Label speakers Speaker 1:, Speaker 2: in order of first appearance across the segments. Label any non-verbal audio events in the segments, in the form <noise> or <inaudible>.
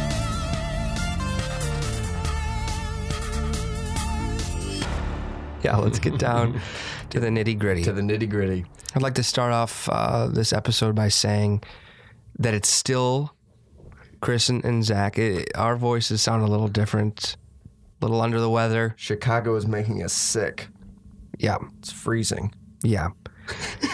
Speaker 1: <laughs> yeah, let's get down to the nitty gritty.
Speaker 2: to the nitty gritty.
Speaker 1: I'd like to start off uh, this episode by saying that it's still Chris and, and Zach. It, our voices sound a little different, a little under the weather.
Speaker 2: Chicago is making us sick.
Speaker 1: Yeah,
Speaker 2: It's freezing. <laughs>
Speaker 1: yeah.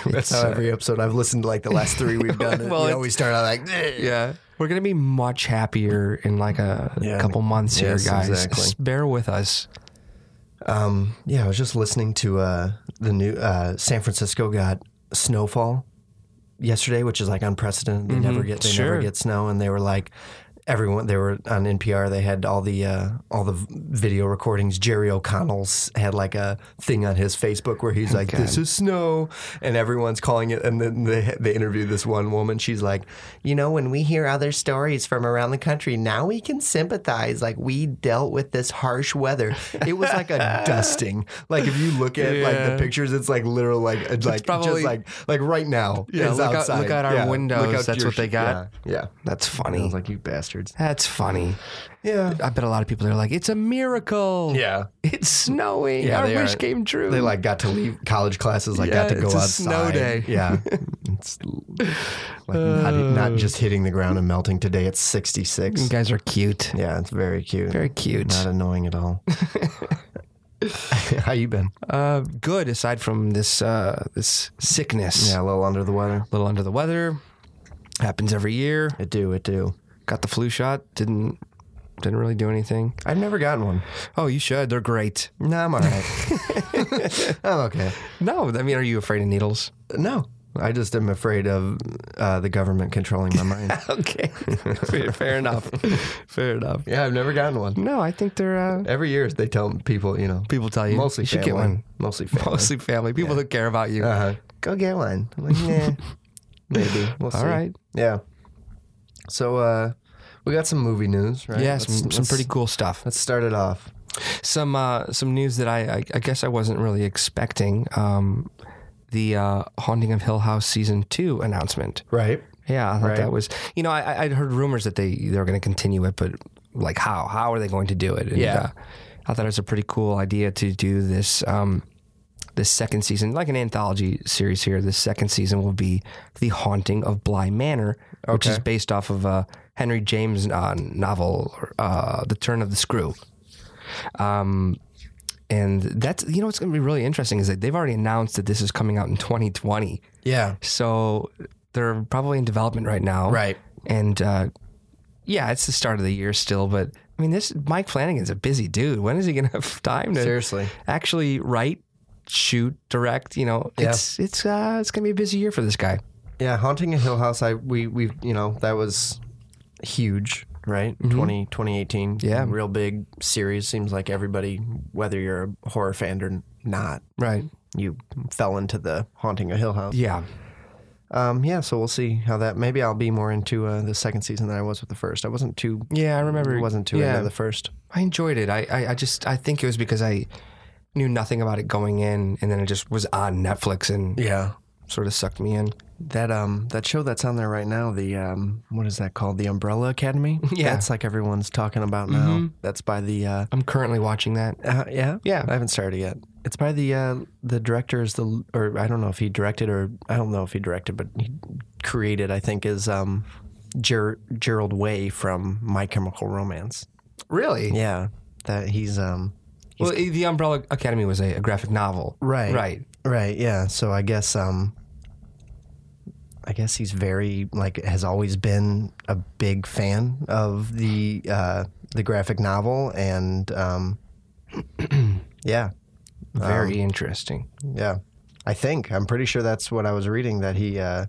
Speaker 2: That's
Speaker 1: It's,
Speaker 2: how
Speaker 1: uh,
Speaker 2: every episode I've listened to, like the last three we've done it.
Speaker 1: Well,
Speaker 2: we
Speaker 1: it's-
Speaker 2: always start out like, yeah.
Speaker 1: We're gonna be much happier in like a
Speaker 2: Yeah,
Speaker 1: couple months
Speaker 2: yes,
Speaker 1: here, guys.
Speaker 2: exactly.
Speaker 1: S- Bear with us.
Speaker 2: Um, yeah, I was just listening to uh, the new uh, San Francisco got snowfall yesterday, which is like unprecedented. They never get they
Speaker 1: Mm-hmm. Sure.
Speaker 2: never get snow, and they were like everyone. They were on NPR. They had all the uh, all the v- video recordings. Jerry O'Connell's had like a thing on his Facebook where he's like, "This is snow," and everyone's calling it. And then they they interviewed this one woman. She's like, "You know, when we hear other stories from around the country, now we can sympathize. Like we dealt with this harsh weather. It was like
Speaker 1: <laughs>
Speaker 2: a dusting. Like if you look at like the
Speaker 1: Yeah.
Speaker 2: pictures, it's like literal like it's like
Speaker 1: probably-
Speaker 2: just like like right now.
Speaker 1: Yeah,
Speaker 2: is
Speaker 1: look out- look
Speaker 2: outside.
Speaker 1: out our
Speaker 2: Yeah,
Speaker 1: windows.
Speaker 2: out
Speaker 1: That's
Speaker 2: your
Speaker 1: what they
Speaker 2: sh-
Speaker 1: got.
Speaker 2: Yeah, yeah.
Speaker 1: That's
Speaker 2: I
Speaker 1: funny.
Speaker 2: was like, you bastards.
Speaker 1: That's funny.
Speaker 2: Yeah.
Speaker 1: I bet a lot of people are like, "It's a miracle.
Speaker 2: Yeah.
Speaker 1: It's snowing.
Speaker 2: Yeah,
Speaker 1: Our
Speaker 2: they
Speaker 1: wish
Speaker 2: are-
Speaker 1: came true."
Speaker 2: They like got to leave college classes, like got
Speaker 1: Yeah,
Speaker 2: to go
Speaker 1: it's a
Speaker 2: outside.
Speaker 1: snow day.
Speaker 2: <laughs> Yeah.
Speaker 1: <laughs>
Speaker 2: it's like not,
Speaker 1: Uh.
Speaker 2: not just hitting the ground and melting today. It's 66.
Speaker 1: you guys are cute.
Speaker 2: Yeah, it's very cute.
Speaker 1: Mm. Very cute.
Speaker 2: Not annoying
Speaker 1: <laughs>
Speaker 2: at all. <laughs> How you been?
Speaker 1: Uh, good. Aside from this, uh, this sickness.
Speaker 2: Yeah, a little under the weather.
Speaker 1: A little under the weather. Happens every year.
Speaker 2: It do, it do.
Speaker 1: Got the flu shot. Didn't didn't really do anything.
Speaker 2: I've never gotten one.
Speaker 1: Oh, you should. They're great.
Speaker 2: No, I'm all right.
Speaker 1: <laughs>
Speaker 2: <laughs> I'm okay.
Speaker 1: No, I mean, are you afraid of needles?
Speaker 2: No, I just am afraid of uh, the government controlling my
Speaker 1: <laughs>
Speaker 2: mind.
Speaker 1: <laughs> Okay. fair, fair <laughs> enough. Fair enough.
Speaker 2: <laughs> yeah, I've never gotten one.
Speaker 1: No, I think they're. Uh,
Speaker 2: Every year they tell people, you know,
Speaker 1: people tell you
Speaker 2: mostly
Speaker 1: you should
Speaker 2: family,
Speaker 1: get one. <laughs>
Speaker 2: Mostly <laughs> family.
Speaker 1: Mostly family, people that care about you.
Speaker 2: Uh-huh. Go get one. I'm like, nah, <laughs> maybe. We'll see.
Speaker 1: All right.
Speaker 2: Yeah. So uh, we got some movie news, right?
Speaker 1: Yeah,
Speaker 2: Let's-
Speaker 1: some, some
Speaker 2: let's-
Speaker 1: pretty cool stuff.
Speaker 2: Let's start it off.
Speaker 1: some uh, some news that I, I I guess I wasn't really expecting. Um, the uh, Haunting of Hill House season two announcement.
Speaker 2: Right.
Speaker 1: Yeah, I thought
Speaker 2: Right.
Speaker 1: that was. You know, I- I I'd heard rumors that they they were going to continue it, but like how how are they going to do it? And,
Speaker 2: Yeah.
Speaker 1: uh, I thought it was a pretty cool idea to do this. Um, this second season, like an anthology series here, this second season will be The Haunting of Bly Manor, which is based off of a Henry James uh, novel, uh, The Turn of the Screw. Um, and that's, you know, what's going to be really interesting is that they've already announced that this is coming out in 2020.
Speaker 2: Yeah.
Speaker 1: So they're probably in development right now.
Speaker 2: Right.
Speaker 1: And uh, yeah, it's the start of the year still, but I mean, this Mike Flanagan's a busy dude. When is he going to <laughs> have time to
Speaker 2: Seriously.
Speaker 1: actually write, shoot, direct? You know, it's it's uh, it's going to be a busy year for this guy.
Speaker 2: Yeah, Haunting a Hill House. I we we you know that was huge, right? Twenty twenty eighteen. 20, 2018.
Speaker 1: Mm-hmm. Yeah.
Speaker 2: real big series. Seems like everybody, whether you're a horror fan or not,
Speaker 1: Right.
Speaker 2: you fell into the Haunting a Hill House.
Speaker 1: Yeah.
Speaker 2: Um, yeah, so we'll see how that. Maybe I'll be more into uh, the second season than I was with the first. I wasn't too.
Speaker 1: Yeah, I remember.
Speaker 2: Wasn't too
Speaker 1: yeah.
Speaker 2: into the first.
Speaker 1: I enjoyed it. I, I, I just I think it was because I knew nothing about it going in, and then it just was on Netflix and
Speaker 2: Yeah,
Speaker 1: sort of sucked me in.
Speaker 2: that um that show that's on there right now. The um what is that called? The Umbrella Academy.
Speaker 1: <laughs> Yeah. Mm-hmm.
Speaker 2: that's like everyone's talking about now. That's by the uh,
Speaker 1: I'm currently watching that.
Speaker 2: Uh, yeah,
Speaker 1: Yeah.
Speaker 2: I haven't started yet. It's by the uh, the director is the or I don't know if he directed or I don't know if he directed, but he created. I think is um, Ger- Gerald Way from My Chemical Romance.
Speaker 1: Really?
Speaker 2: Yeah, that he's um
Speaker 1: Well, eh, the Umbrella Academy was a, a graphic novel.
Speaker 2: Right.
Speaker 1: Right.
Speaker 2: right. Yeah, so I guess um, I guess he's very like has always been a big fan of the uh, the graphic novel and um, <clears throat> yeah,
Speaker 1: Very interesting.
Speaker 2: Yeah. I think. I'm pretty sure that's what I was reading that he uh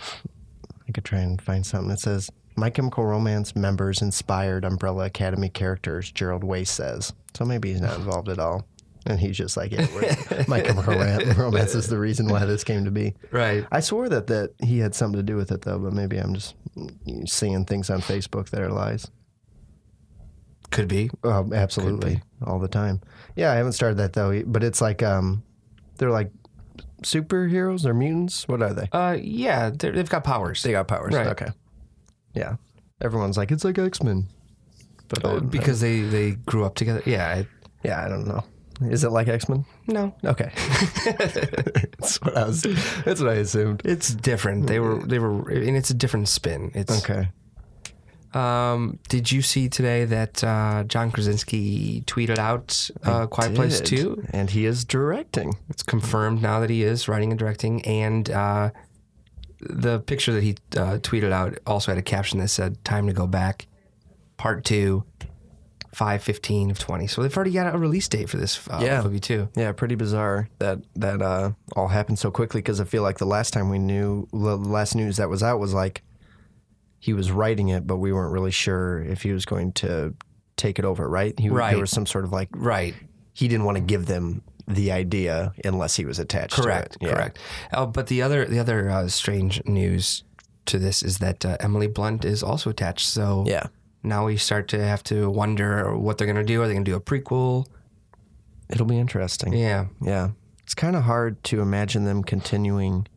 Speaker 2: I could try and find something that says My Chemical Romance members inspired Umbrella Academy characters, Gerald Way says. So maybe he's not involved at all. And he's just like, yeah, we're- <laughs> My Chemical Ro- Romance is the reason why this came to be.
Speaker 1: Right.
Speaker 2: I swore that, that he had something to do with it, though, but maybe I'm just seeing things on Facebook that are lies.
Speaker 1: Could be.
Speaker 2: Oh, absolutely, all the time. Yeah, I haven't started that though, e, but it's like um, they're like superheroes or mutants. What are they?
Speaker 1: Uh, yeah, they're- they've got powers.
Speaker 2: got powers.
Speaker 1: Right.
Speaker 2: Okay. Yeah, everyone's like it's like X Men, but I-
Speaker 1: Uh, Um, because they, they grew up together. Yeah. I-
Speaker 2: yeah, I don't know. Is it like X Men?
Speaker 1: No,
Speaker 2: Okay, <laughs> that's what I was. That's what I assumed.
Speaker 1: <laughs> it's different. They were they were, and it's a different spin. It's
Speaker 2: Okay.
Speaker 1: Um, did you see today that uh, John Krasinski tweeted out uh, Quiet Place
Speaker 2: Did.
Speaker 1: Two?
Speaker 2: and he is directing.
Speaker 1: It's confirmed now that he is writing and directing, and uh, the picture that he uh, tweeted out also had a caption that said "Time to go back, Part Two, five fifteen of 20. So they've already got a release date for this uh,
Speaker 2: Yeah.
Speaker 1: movie too.
Speaker 2: Yeah, pretty bizarre that that uh, all happened so quickly. Because I feel like the last time we knew, the last news that was out was like he was writing it, but we weren't really sure if he was going to take it over. Right? He,
Speaker 1: Right.
Speaker 2: There was some sort of like
Speaker 1: Right.
Speaker 2: he didn't want to give them the idea unless he was attached.
Speaker 1: Correct.
Speaker 2: to it. Yeah.
Speaker 1: Correct. Uh, but the other the other uh, strange news to this is that uh, Emily Blunt is also attached. So
Speaker 2: Yeah.
Speaker 1: now we start to have to wonder what they're going to do. Are they going to do a prequel?
Speaker 2: It'll be interesting.
Speaker 1: Yeah.
Speaker 2: Yeah. It's kind of hard to imagine them continuing.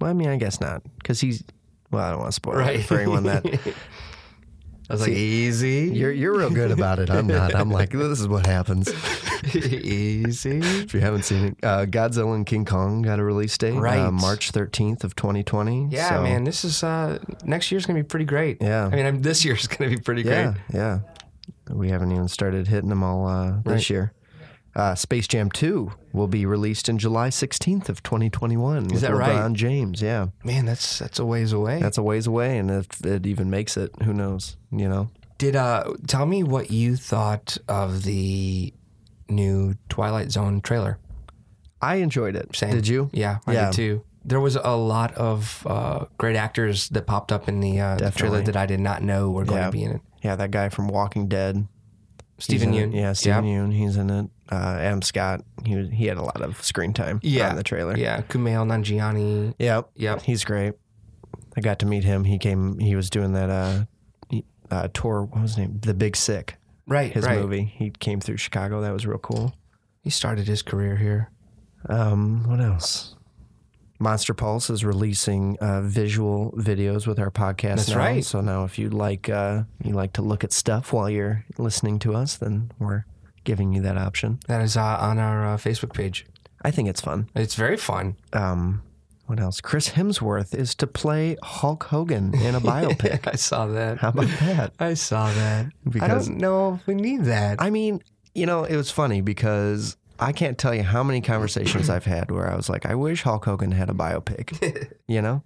Speaker 2: Well, I mean, I guess not. Because he's. Well, I don't want to spoil it for anyone that.
Speaker 1: <laughs> I was like, easy, <laughs>
Speaker 2: You're, you're real good about it. I'm not. I'm like, this is what happens.
Speaker 1: easy.
Speaker 2: If you haven't seen it, uh, Godzilla and King Kong got a release date.
Speaker 1: Right.
Speaker 2: Uh, March 13th of 2020.
Speaker 1: Yeah,
Speaker 2: So-
Speaker 1: man, this is uh, next year's gonna be pretty great.
Speaker 2: Yeah.
Speaker 1: I mean, I'm, this year's <laughs> gonna be pretty
Speaker 2: Yeah.
Speaker 1: great.
Speaker 2: Yeah. We haven't even started hitting them all uh, this
Speaker 1: Right.
Speaker 2: year. Uh, Space Jam 2 will be released in July 16th of 2021. with
Speaker 1: that right?
Speaker 2: LeBron James. Yeah.
Speaker 1: Man, that's that's a ways away.
Speaker 2: That's a ways away, and if it even makes it, who knows? You know,
Speaker 1: Did uh, tell me what you thought of the new Twilight Zone trailer?
Speaker 2: I enjoyed it.
Speaker 1: Same.
Speaker 2: Did you?
Speaker 1: Yeah, I
Speaker 2: Yeah.
Speaker 1: did too. There was a lot of uh, great actors that popped up in the, uh, the trailer
Speaker 2: Definitely.
Speaker 1: that I did not know were going
Speaker 2: Yeah.
Speaker 1: to be in it.
Speaker 2: Yeah, that guy from Walking Dead. He's
Speaker 1: Stephen
Speaker 2: in
Speaker 1: Yeun.
Speaker 2: it. Yeah, Stephen Yoon. He's in it. Uh, Adam Scott. He was, he had a lot of screen time.
Speaker 1: Yeah.
Speaker 2: on the trailer.
Speaker 1: Yeah, Kumail Nanjiani.
Speaker 2: Yep.
Speaker 1: Yep.
Speaker 2: He's great. I got to meet him. He came. He was doing that uh, he- uh tour. What was his name? The Big Sick.
Speaker 1: Right,
Speaker 2: His
Speaker 1: right.
Speaker 2: movie. He came through Chicago. That was real cool.
Speaker 1: He started his career here.
Speaker 2: Um, what else? Monster Pulse is releasing uh, visual videos with our podcast
Speaker 1: That's
Speaker 2: now.
Speaker 1: right.
Speaker 2: So now, if you like, uh, you like to look at stuff while you're listening to us, then we're giving you that option.
Speaker 1: That is uh, on our uh, Facebook page.
Speaker 2: I think it's fun.
Speaker 1: It's very fun. <laughs>
Speaker 2: Um, what else? Chris Hemsworth is to play Hulk Hogan in
Speaker 1: <laughs>
Speaker 2: a biopic.
Speaker 1: I saw
Speaker 2: How
Speaker 1: that.
Speaker 2: about that?
Speaker 1: <laughs> I saw that.
Speaker 2: Because-
Speaker 1: I don't know if we need that.
Speaker 2: I mean, you know, it was funny because I can't tell you how many conversations I've had where I was like, I wish Hulk Hogan had a <laughs> biopic, you know?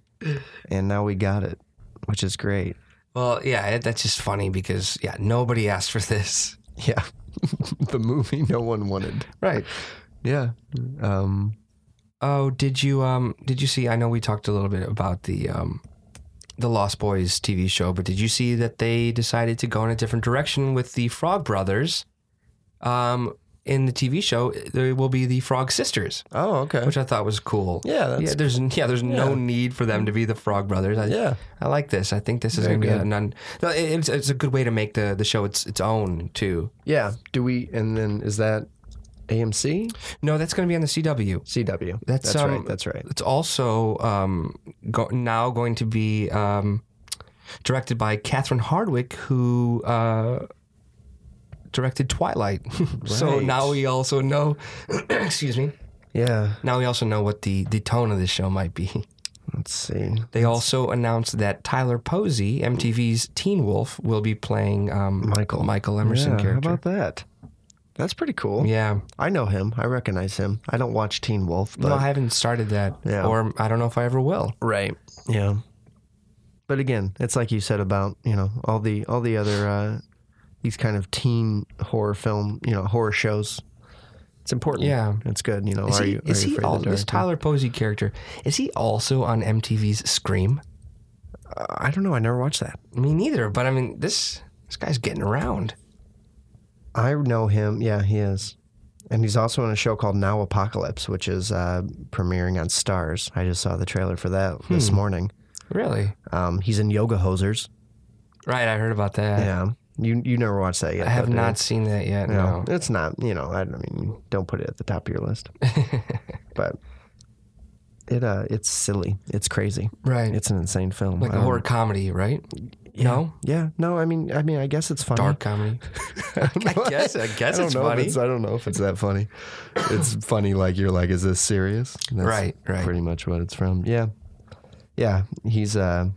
Speaker 2: And now we got it, which is great.
Speaker 1: well, yeah, it- that's just funny because yeah, nobody <laughs> asked for this.
Speaker 2: Yeah. <laughs> the movie no one wanted.
Speaker 1: Right.
Speaker 2: Yeah. Um,
Speaker 1: Oh, did you um did you see I know we talked a little bit about the um the Lost Boys TV show, but did you see that they decided to go in a different direction with the Frog Brothers? Um in the TV show, there will be the Frog Sisters,
Speaker 2: oh, okay.
Speaker 1: which I thought was cool.
Speaker 2: Yeah, that's
Speaker 1: yeah. There's yeah, there's no need for them to be the Frog Brothers. I,
Speaker 2: Yeah.
Speaker 1: I like this. I think this is
Speaker 2: Very
Speaker 1: going to be
Speaker 2: good.
Speaker 1: a non. No, it- it's, it's a good way to make the, the show its its own too.
Speaker 2: Yeah. Do we, and then is that AMC?
Speaker 1: No, that's going to be on the CW.
Speaker 2: CW.
Speaker 1: That's,
Speaker 2: that's
Speaker 1: um,
Speaker 2: right. That's right.
Speaker 1: It's also um, go, now going to be um, directed by Catherine Hardwick, who uh, directed Twilight. <laughs> so
Speaker 2: Right.
Speaker 1: now we also know. <clears throat> excuse me.
Speaker 2: Yeah.
Speaker 1: Now we also know what the, the tone of this show might be.
Speaker 2: Let's see.
Speaker 1: They also announced that Tyler Posey, MTV's Teen Wolf, will be playing um,
Speaker 2: Michael.
Speaker 1: Michael Emerson
Speaker 2: Yeah,
Speaker 1: character.
Speaker 2: How about that? That's pretty cool.
Speaker 1: yeah.
Speaker 2: I know him. I recognize him. I don't watch Teen Wolf, but
Speaker 1: No, I haven't started that,
Speaker 2: Yeah.
Speaker 1: or I don't know if I ever will.
Speaker 2: right. Yeah. But again, it's like you said about you know all the all the other uh, these kind of teen horror film you know horror shows. It's important.
Speaker 1: Yeah.
Speaker 2: it's good. You know,
Speaker 1: Is
Speaker 2: Mm. are
Speaker 1: he,
Speaker 2: you
Speaker 1: is
Speaker 2: are you
Speaker 1: he
Speaker 2: afraid
Speaker 1: all,
Speaker 2: of the
Speaker 1: this
Speaker 2: dark?
Speaker 1: Tyler Posey character? Is he also on MTV's Scream?
Speaker 2: I don't know. I never watched that.
Speaker 1: Me neither. But I mean, this this guy's getting around.
Speaker 2: I know him. Yeah, he is. And he's also in a show called Now Apocalypse, which is uh, premiering on Stars. I just saw the trailer for that this
Speaker 1: Hmm.
Speaker 2: morning.
Speaker 1: Really?
Speaker 2: Um, he's in Yoga Hosers.
Speaker 1: Right. I heard about that.
Speaker 2: Yeah, you you never watched that yet.
Speaker 1: I have
Speaker 2: though, did you?
Speaker 1: not seen that yet.
Speaker 2: No,
Speaker 1: No.
Speaker 2: it's not. You know, I, don't- I mean, don't put it at the top of your
Speaker 1: <laughs>
Speaker 2: list. but it uh, it's silly. It's crazy.
Speaker 1: Right.
Speaker 2: It's an insane film.
Speaker 1: like
Speaker 2: I
Speaker 1: a
Speaker 2: don't-
Speaker 1: horror comedy, right? No?
Speaker 2: Yeah. No. I mean. I mean. I guess it's funny.
Speaker 1: Dark comedy.
Speaker 2: <laughs>
Speaker 1: I guess. I guess
Speaker 2: I don't
Speaker 1: it's
Speaker 2: know if
Speaker 1: funny.
Speaker 2: I don't know if it's that funny. It's funny. Like you're like, is this serious? And that's
Speaker 1: Right, right.
Speaker 2: Pretty much what it's from. Yeah. Yeah. He's uh.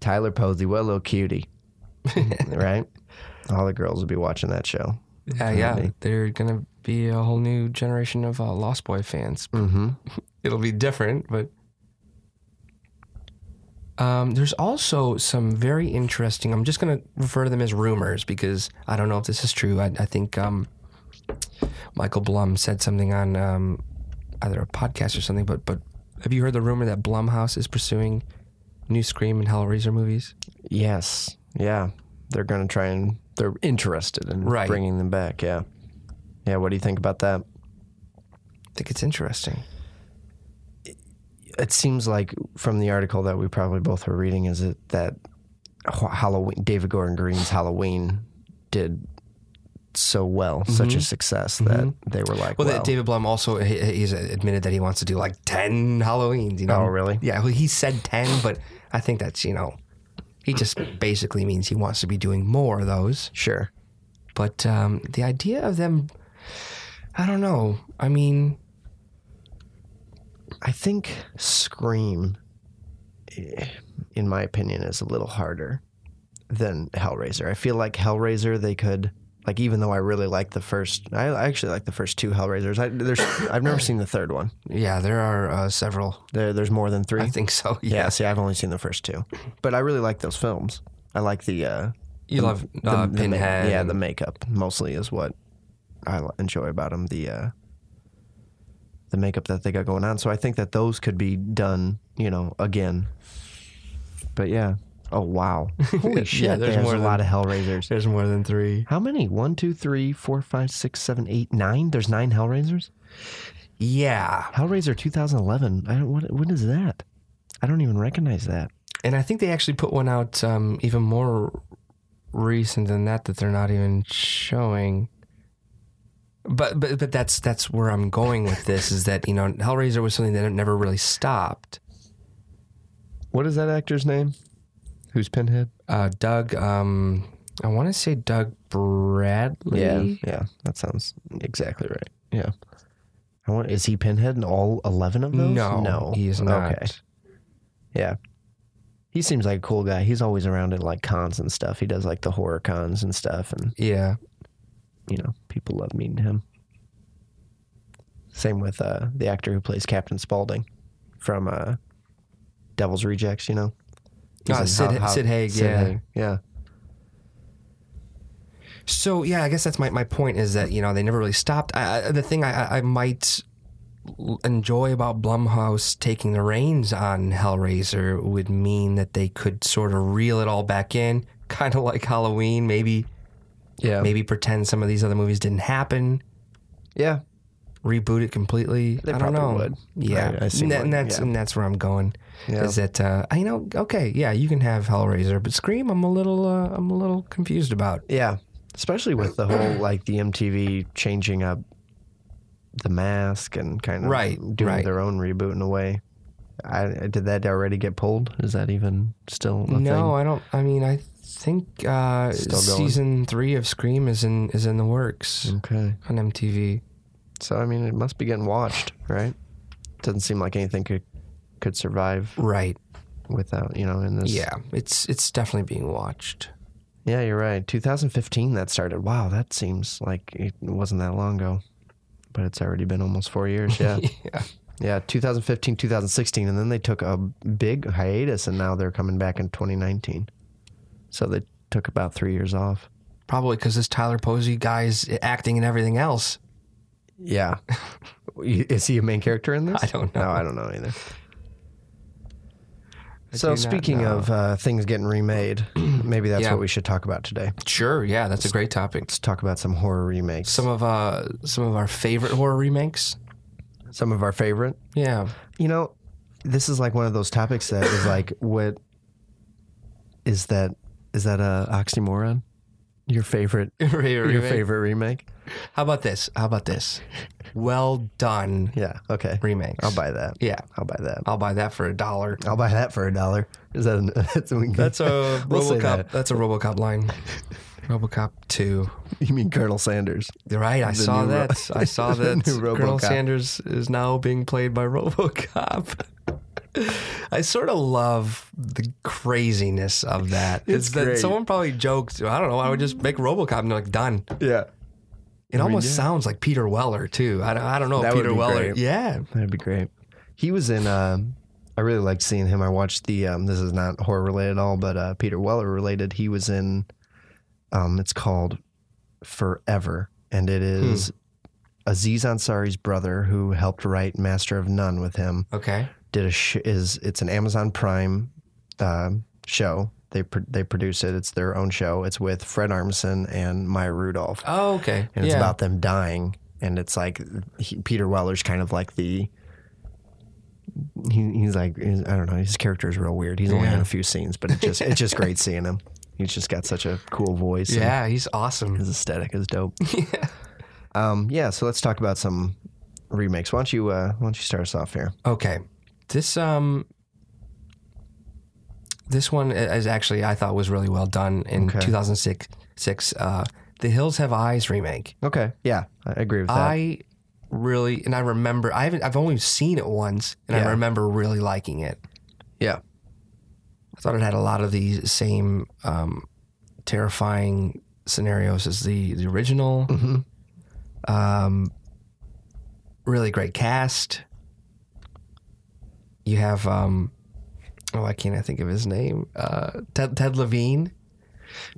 Speaker 2: Tyler Posey, what a
Speaker 1: <laughs>
Speaker 2: little cutie, right? All the girls would be watching that show.
Speaker 1: Yeah, yeah. They're gonna be a whole new generation of uh, Lost Boy fans.
Speaker 2: Mm-hmm.
Speaker 1: It'll be different, but um, there's also some very interesting. I'm just gonna refer to them as rumors because I don't know if this is true. I, I think um, Michael Blum said something on um, either a podcast or something. But but have you heard the rumor that Blumhouse is pursuing new Scream and Hellraiser movies?
Speaker 2: Yes. Yeah. They're going to try and they're interested in
Speaker 1: Right.
Speaker 2: bringing them back. Yeah. Yeah. What do you think about that?
Speaker 1: I think it's interesting.
Speaker 2: It seems like from the article that we probably both were reading is it that Ho- Halloween David Gordon Green's Halloween did so well, such a success that they were
Speaker 1: Mm-hmm.
Speaker 2: like,
Speaker 1: Well,
Speaker 2: well,
Speaker 1: that David Blum also he, he's admitted that he wants to do like ten Halloweens. You know?
Speaker 2: Oh, really?
Speaker 1: Yeah. well, He said ten, but I think that's you know, he just basically means he wants to be doing more of those.
Speaker 2: sure.
Speaker 1: But um, the idea of them, I don't know. I mean,
Speaker 2: I think Scream, eh, in my opinion, is a little harder than Hellraiser. I feel like Hellraiser, they could like even though I really like the first, I I actually like the first two Hellraisers. I, there's I've never seen the third one.
Speaker 1: yeah, there are uh, several.
Speaker 2: There, there's more than three.
Speaker 1: I think so. <laughs> Yeah.
Speaker 2: yeah, see, I've only seen the first two, but I really like those films. I like the uh,
Speaker 1: You love
Speaker 2: the,
Speaker 1: uh,
Speaker 2: the ma-
Speaker 1: Pinhead.
Speaker 2: yeah, the
Speaker 1: and-
Speaker 2: makeup mostly is what I li- enjoy about them. The uh, the makeup that they got going on. So I think that those could be done, you know, again. But yeah. Oh <laughs> wow! Holy
Speaker 1: Yeah,
Speaker 2: shit!
Speaker 1: there's
Speaker 2: there's
Speaker 1: more
Speaker 2: a
Speaker 1: than-
Speaker 2: lot of Hellraisers.
Speaker 1: there's more than three.
Speaker 2: How many? One, two, three, four, five, six, seven, eight, nine. There's nine Hellraisers.
Speaker 1: Yeah,
Speaker 2: Hellraiser 2011. I don't. What? What is that? I don't even recognize that.
Speaker 1: and I think they actually put one out um, even more recent than that that they're not even showing. But but but that's that's where I'm going with this is that you know Hellraiser was something that never really stopped.
Speaker 2: What is that actor's name? Who's Pinhead?
Speaker 1: Uh, Doug, um, I want to say Doug Bradley.
Speaker 2: Yeah, yeah, that sounds exactly right. Yeah. I want, is he pinhead in all 11 of those?
Speaker 1: No,
Speaker 2: No.
Speaker 1: he is not.
Speaker 2: Okay. Yeah. He seems like a cool guy. He's always around at like cons and stuff. He does like the horror cons and stuff. And,
Speaker 1: Yeah,
Speaker 2: you know, people love meeting him. Same with uh, the actor who plays Captain Spaulding from uh, Devil's Rejects, you know? He's
Speaker 1: Ah,
Speaker 2: in
Speaker 1: Sid-
Speaker 2: Ho- Ho-
Speaker 1: Sid Haig, yeah.
Speaker 2: Yeah.
Speaker 1: So yeah, I guess that's my, my point is that you know they never really stopped. I, I, the thing I, I- I might l- enjoy about Blumhouse taking the reins on Hellraiser would mean that they could sort of reel it all back in, <laughs> kind of like Halloween. Maybe
Speaker 2: Yeah.
Speaker 1: maybe pretend some of these other movies didn't happen,
Speaker 2: Yeah.
Speaker 1: reboot it completely.
Speaker 2: They
Speaker 1: I don't
Speaker 2: probably
Speaker 1: know.
Speaker 2: would.
Speaker 1: Yeah,
Speaker 2: I- I see
Speaker 1: and, that-
Speaker 2: what-
Speaker 1: and that's
Speaker 2: yeah.
Speaker 1: and that's where I'm going.
Speaker 2: Yeah.
Speaker 1: Is that uh, I- you know okay yeah you can have Hellraiser, but Scream I'm a little uh, I'm a little confused about.
Speaker 2: Yeah, especially with the
Speaker 1: <clears throat>
Speaker 2: whole like the MTV changing up the mask and kind of
Speaker 1: Right,
Speaker 2: doing
Speaker 1: right.
Speaker 2: their own reboot in a way. I, I- did that already get pulled? Is that even still a
Speaker 1: No, I don't. I mean, I think uh,
Speaker 2: Still going.
Speaker 1: season three of Scream is in is in the works
Speaker 2: thing? Okay,
Speaker 1: on MTV.
Speaker 2: so I mean it must be getting watched, right? Doesn't seem like anything could could survive
Speaker 1: Right.
Speaker 2: without you know in this.
Speaker 1: Yeah. It's it's definitely being watched.
Speaker 2: yeah, you're right. 2015 that started. Wow, that seems like it wasn't that long ago, but it's already been almost four
Speaker 1: <laughs>
Speaker 2: years. Yeah.
Speaker 1: Yeah.
Speaker 2: Yeah, 2015, 2016, and then they took a big hiatus, and now they're coming back in 2019. So they took about three years off.
Speaker 1: Probably because this Tyler Posey guy's acting and everything else.
Speaker 2: <laughs> Yeah, is he a main character in this?
Speaker 1: I don't know.
Speaker 2: No, I don't know either.
Speaker 1: do
Speaker 2: so
Speaker 1: not
Speaker 2: speaking
Speaker 1: know.
Speaker 2: of uh, things getting remade, <clears throat> maybe that's
Speaker 1: Yeah.
Speaker 2: what we should talk about today.
Speaker 1: Sure. Yeah. That's a great topic.
Speaker 2: Let's talk about some horror remakes.
Speaker 1: Some of uh some of our favorite horror remakes.
Speaker 2: some of our favorite.
Speaker 1: <laughs> Yeah.
Speaker 2: You know, this is like one of those topics
Speaker 1: <laughs>
Speaker 2: that is like, what is that? Is that a oxymoron? Your favorite, your
Speaker 1: remake?
Speaker 2: favorite remake?
Speaker 1: How about this? How about this? Well done
Speaker 2: Yeah. Okay.
Speaker 1: remakes.
Speaker 2: I'll buy that.
Speaker 1: Yeah,
Speaker 2: I'll buy that.
Speaker 1: I'll buy that for a dollar.
Speaker 2: I'll buy that for a dollar. Is that an, <laughs> that's, what we can-
Speaker 1: That's <laughs> a
Speaker 2: <laughs> We'll say
Speaker 1: RoboCop.
Speaker 2: that.
Speaker 1: That's a RoboCop line. <laughs> RoboCop two.
Speaker 2: You mean Colonel Sanders?
Speaker 1: Right, I saw
Speaker 2: new Ro-
Speaker 1: that.
Speaker 2: <laughs>
Speaker 1: I saw
Speaker 2: the
Speaker 1: that.
Speaker 2: new
Speaker 1: Colonel
Speaker 2: RoboCop.
Speaker 1: Sanders is now being played by <laughs> RoboCop. I sort of love the craziness of that.
Speaker 2: It's
Speaker 1: that
Speaker 2: great.
Speaker 1: someone probably joked. I don't know. I would just make RoboCop and like done.
Speaker 2: Yeah.
Speaker 1: It almost sounds like Peter Weller too. I don't, I don't know.
Speaker 2: That would
Speaker 1: Peter
Speaker 2: be
Speaker 1: Weller.
Speaker 2: great.
Speaker 1: Yeah.
Speaker 2: That'd be great. He was in. Um, I really liked seeing him. I watched the. Um, this is not horror related at all, but uh, Peter Weller related. He was in. Um, it's called Forever, and it
Speaker 1: Hmm.
Speaker 2: is Aziz Ansari's brother who helped write Master of None with him.
Speaker 1: Okay.
Speaker 2: Did a sh- is it's an Amazon Prime uh, show. They pr- they produce it. It's their own show. It's with Fred Armisen and Maya Rudolph
Speaker 1: Oh, okay.
Speaker 2: and
Speaker 1: yeah.
Speaker 2: it's about them dying. And it's like he, Peter Weller's kind of like the. He, he's like he's- I don't know. His character is real weird. He's only
Speaker 1: Yeah.
Speaker 2: in a few scenes, but it just it's just
Speaker 1: <laughs>
Speaker 2: great seeing him. He's just got such a cool voice. and
Speaker 1: yeah, he's awesome.
Speaker 2: his aesthetic is dope.
Speaker 1: <laughs> yeah.
Speaker 2: Um, yeah. So let's talk about some remakes. Why don't you uh, Why don't you start us off here?
Speaker 1: Okay. This um this one is actually I thought was really well done in
Speaker 2: Okay.
Speaker 1: 2006 six, uh The Hills Have Eyes remake.
Speaker 2: Okay. Yeah, I agree with that.
Speaker 1: I really and I remember I haven't I've only seen it once and I
Speaker 2: Yeah.
Speaker 1: remember really liking it.
Speaker 2: yeah.
Speaker 1: I thought it had a lot of the same um, terrifying scenarios as the the original.
Speaker 2: Mm-hmm.
Speaker 1: Um, really great cast. You have um, oh, why can't I think of his name? Uh, Ted Ted Levine.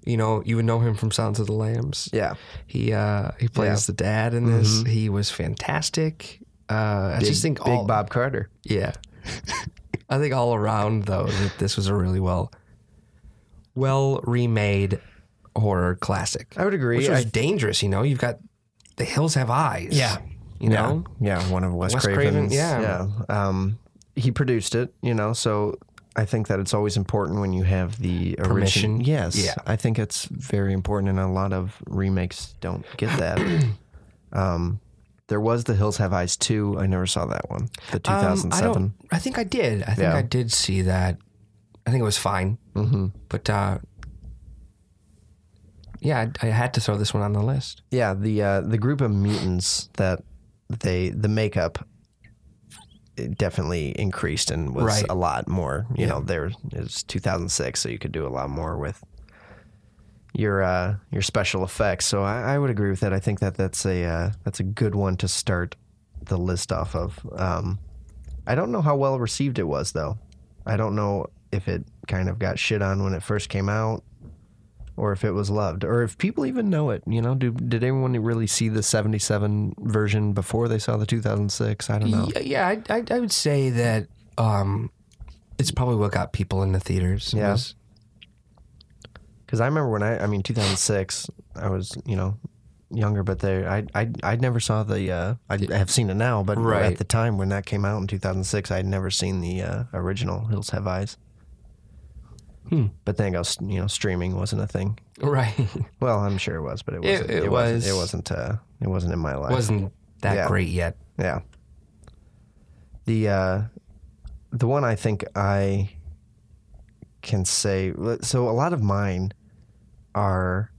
Speaker 1: You know, you would know him from Sounds of the Lambs.
Speaker 2: Yeah.
Speaker 1: He uh, he plays the dad in this. He was fantastic. Uh, I
Speaker 2: Mm-hmm. Big,
Speaker 1: just think
Speaker 2: Big
Speaker 1: all,
Speaker 2: Bob Carter. <laughs>
Speaker 1: yeah. I think all around though that this was a really well well remade horror classic.
Speaker 2: I would agree.
Speaker 1: Which was
Speaker 2: I-
Speaker 1: dangerous, you know. You've got The Hills Have Eyes.
Speaker 2: Yeah.
Speaker 1: You know?
Speaker 2: Yeah, one of Wes,
Speaker 1: Wes Craven,
Speaker 2: Craven's.
Speaker 1: yeah.
Speaker 2: yeah. Um, he produced it, you know, so I think that it's always important when you have the origin-
Speaker 1: Permission.
Speaker 2: Yes.
Speaker 1: Yeah.
Speaker 2: I think it's very important, and a lot of remakes don't get that. <clears throat> um, there was The Hills Have Eyes 2. I never saw that one. The
Speaker 1: Um,
Speaker 2: 2007.
Speaker 1: I don't I think I did. I think
Speaker 2: Yeah.
Speaker 1: I did see that. I think it was fine. Mm-hmm. But uh yeah, I, I had to throw this one on the list.
Speaker 2: yeah, the uh, the group of mutants that they the makeup it definitely increased and was
Speaker 1: Right.
Speaker 2: a lot more. You know, there it's 2006, so you could do a lot more with your uh, your special effects. So I, I would agree with that. I think that that's a uh, that's a good one to start the list off of. Um, I don't know how well received it was though. I don't know if it kind of got shit on when it first came out or if it was loved or if people even know it you know do, did anyone really see the 77 version before they saw the 2006 i don't know
Speaker 1: Yeah, yeah I, I I would say that um it's probably what got people in the theaters.
Speaker 2: Yeah.
Speaker 1: was-
Speaker 2: because i remember when i i mean 2006 i was you know younger but there i i i never saw the uh i have seen it now but
Speaker 1: Right.
Speaker 2: at the time when that came out in 2006 i had never seen the uh, original hills have eyes but then I was, you know, streaming wasn't a thing.
Speaker 1: Right.
Speaker 2: Well, I'm sure it was, but it
Speaker 1: It-
Speaker 2: wasn't.
Speaker 1: it was.
Speaker 2: Wasn't, it wasn't. Uh, it wasn't in my
Speaker 1: <laughs>
Speaker 2: life.
Speaker 1: wasn't that
Speaker 2: Yeah.
Speaker 1: great yet.
Speaker 2: Yeah. The uh, the one I think I can say so a lot of mine are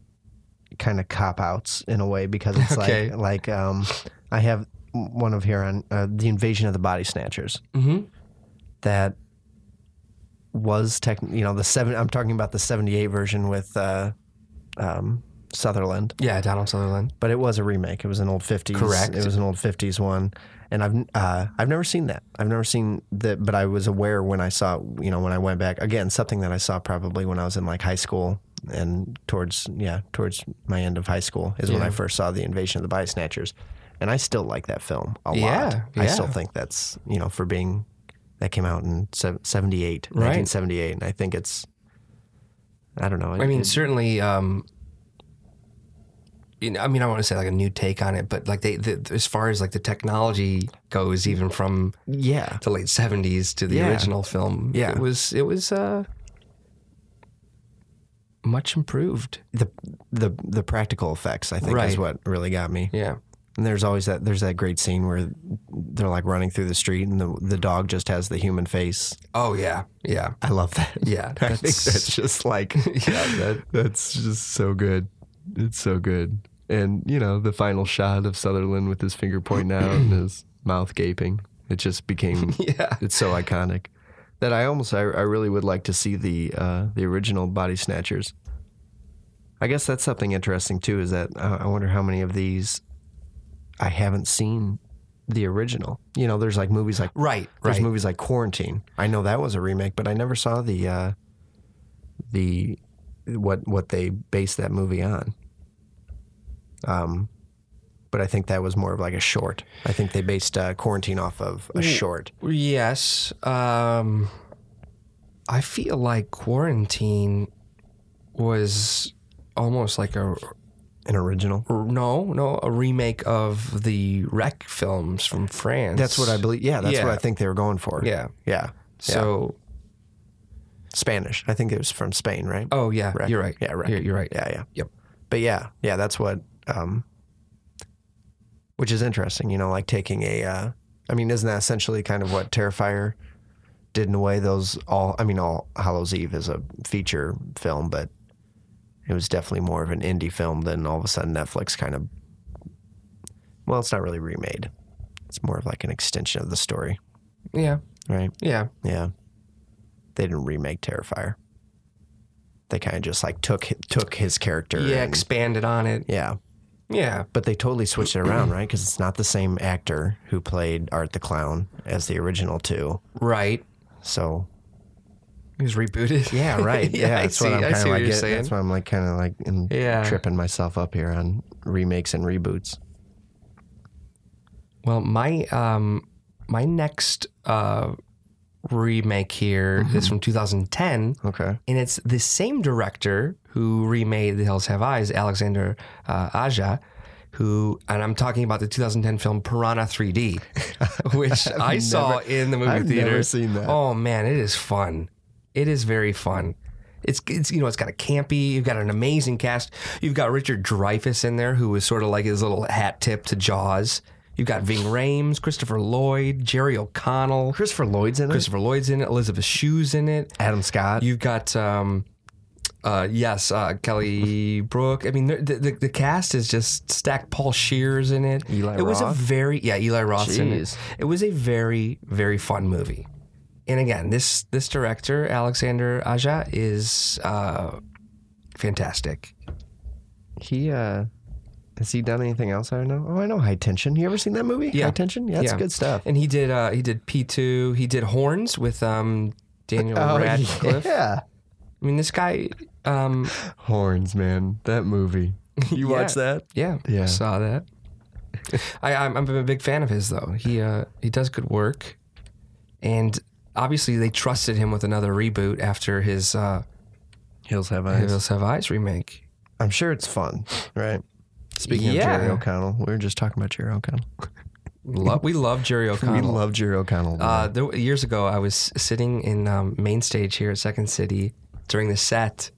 Speaker 2: kind of cop outs in a way because it's
Speaker 1: Okay.
Speaker 2: <laughs> like like um I have one of here on uh, the invasion of the body snatchers
Speaker 1: Mm-hmm.
Speaker 2: that was tech you know the seven I'm talking about the 78 version with uh um Sutherland
Speaker 1: Yeah, Donald Sutherland.
Speaker 2: but it was a remake. It was an old fifties.
Speaker 1: Correct.
Speaker 2: It was an old fifties one, and I've uh, I've never seen that. I've never seen that, but I was aware when I saw you know when I went back again something that I saw probably when I was in like high school and towards yeah towards my end of high school is when
Speaker 1: Yeah.
Speaker 2: I first saw the Invasion of the Body Snatchers, and I still like that film a lot.
Speaker 1: Yeah,
Speaker 2: I
Speaker 1: yeah.
Speaker 2: still think that's you know for being that came out in se- 78,
Speaker 1: Right.
Speaker 2: 1978, and I think it's I don't know.
Speaker 1: I mean, certainly. Um, you know, I mean, I want to say like a new take on it, but like they, the, as far as like the technology goes, even from
Speaker 2: yeah.
Speaker 1: the late seventies to the
Speaker 2: Yeah.
Speaker 1: original film,
Speaker 2: Yeah.
Speaker 1: it was it was uh, much improved.
Speaker 2: the the the practical effects I think is
Speaker 1: Right.
Speaker 2: what really got me.
Speaker 1: Yeah.
Speaker 2: And there's always that there's that great scene where they're like running through the street and the the dog just has the human face.
Speaker 1: Oh yeah. Yeah.
Speaker 2: I love that. <laughs>
Speaker 1: Yeah.
Speaker 2: I think that's just like
Speaker 1: yeah. That,
Speaker 2: <laughs> that's just so good. It's so good. And you know the final shot of Sutherland with his finger pointing out and his mouth gaping. It just became
Speaker 1: <laughs> yeah.
Speaker 2: it's so iconic that I almost I, I really would like to see the uh, the original Body Snatchers. I guess that's something interesting too. Is that uh, I wonder how many of these I haven't seen the original. You know, there's like movies like
Speaker 1: Right.
Speaker 2: there's
Speaker 1: Right.
Speaker 2: movies like Quarantine. I know that was a remake, but I never saw the uh, the what what they based that movie on. Um, but I think that was more of like a short. I think they based uh, Quarantine off of a short.
Speaker 1: Yes. Um, I feel like quarantine was almost like a
Speaker 2: An original.
Speaker 1: no, no, a remake of the wreck films from France.
Speaker 2: That's what I believe. Yeah, that's
Speaker 1: Yeah.
Speaker 2: what I think they were going for.
Speaker 1: Yeah.
Speaker 2: Yeah.
Speaker 1: So,
Speaker 2: Spanish. I think it was from Spain, right?
Speaker 1: oh yeah,
Speaker 2: Wreck.
Speaker 1: you're right.
Speaker 2: Yeah, wreck.
Speaker 1: You're, you're right.
Speaker 2: Yeah, yeah.
Speaker 1: Yep.
Speaker 2: But yeah, yeah, that's what um which is interesting, you know, like taking a uh I mean, isn't that essentially kind of what Terrifier did in a way those all I mean all Hallows Eve is a feature film, but it was definitely more of an indie film than all of a sudden Netflix kind of well, it's not really remade. It's more of like an extension of the story,
Speaker 1: Yeah.
Speaker 2: right?
Speaker 1: Yeah.
Speaker 2: Yeah. They didn't remake Terrifier. They kind of just like took took his character.
Speaker 1: Yeah.
Speaker 2: and-
Speaker 1: Expanded on it.
Speaker 2: yeah.
Speaker 1: Yeah.
Speaker 2: But they totally switched it around, right? Because it's not the same actor who played Art the Clown as the original two.
Speaker 1: Right.
Speaker 2: So
Speaker 1: It was rebooted.
Speaker 2: <laughs>
Speaker 1: <laughs>
Speaker 2: yeah, right. yeah,
Speaker 1: I
Speaker 2: that's
Speaker 1: see.
Speaker 2: what I'm
Speaker 1: I
Speaker 2: kind
Speaker 1: see
Speaker 2: of
Speaker 1: what
Speaker 2: like.
Speaker 1: you're
Speaker 2: get-
Speaker 1: saying.
Speaker 2: That's why I'm like kind of like in,
Speaker 1: Yeah.
Speaker 2: tripping myself up here on remakes and reboots.
Speaker 1: Well, my um, my next uh, remake here
Speaker 2: Mm-hmm.
Speaker 1: is from 2010,
Speaker 2: Okay.
Speaker 1: and it's the same director who remade The Hills Have Eyes, Alexander uh, Aja, who, and I'm talking about the 2010 film Piranha 3D, <laughs>
Speaker 2: <laughs>
Speaker 1: which I saw in the movie
Speaker 2: I've
Speaker 1: theater.
Speaker 2: never seen that.
Speaker 1: Oh man, it is fun. It is very fun. It's, it's you know it's kind of campy. You've got an amazing cast. You've got Richard Dreyfuss in there, who is sort of like his little hat tip to Jaws. You've got Ving Rhames, Christopher Lloyd, Jerry O'Connell,
Speaker 2: Christopher Lloyd's in it.
Speaker 1: Christopher Lloyd's in it, Elizabeth Shue's in it.
Speaker 2: Adam Scott.
Speaker 1: You've got um, uh, yes, uh, Kelly Brook. I mean, the, the the cast is just stacked. Paul Shears in it.
Speaker 2: Eli
Speaker 1: It was a
Speaker 2: Roth?
Speaker 1: very yeah Eli Roth in
Speaker 2: Jeez.
Speaker 1: it. It was a very very fun movie. And again, this this director Alexander Aja is uh, fantastic.
Speaker 2: he uh has he done anything else I know? Oh, I know High Tension. You ever seen that movie?
Speaker 1: Yeah.
Speaker 2: High Tension? Yeah, it's
Speaker 1: Yeah.
Speaker 2: good stuff.
Speaker 1: And he did uh, he did P two. He did Horns with um, Daniel Radcliffe.
Speaker 2: Oh, yeah.
Speaker 1: I mean, this guy. Um,
Speaker 2: Horns, man.
Speaker 1: <laughs>
Speaker 2: That movie. You
Speaker 1: Yeah.
Speaker 2: watch that?
Speaker 1: Yeah,
Speaker 2: Yeah.
Speaker 1: I saw that. I, I'm, I'm a big fan of his though. He uh, he does good work, and obviously they trusted him with another reboot after his uh,
Speaker 2: Hills Have
Speaker 1: Hills Have Eyes remake.
Speaker 2: I'm sure it's fun, right? Speaking
Speaker 1: Yeah.
Speaker 2: of Jerry O'Connell, we were just talking about Jerry O'Connell.
Speaker 1: Lo- we love Jerry
Speaker 2: <laughs> We
Speaker 1: O'Connell.
Speaker 2: love Jerry O'Connell.
Speaker 1: uh, there, years ago, I was sitting in um, main stage here at Second City during the set,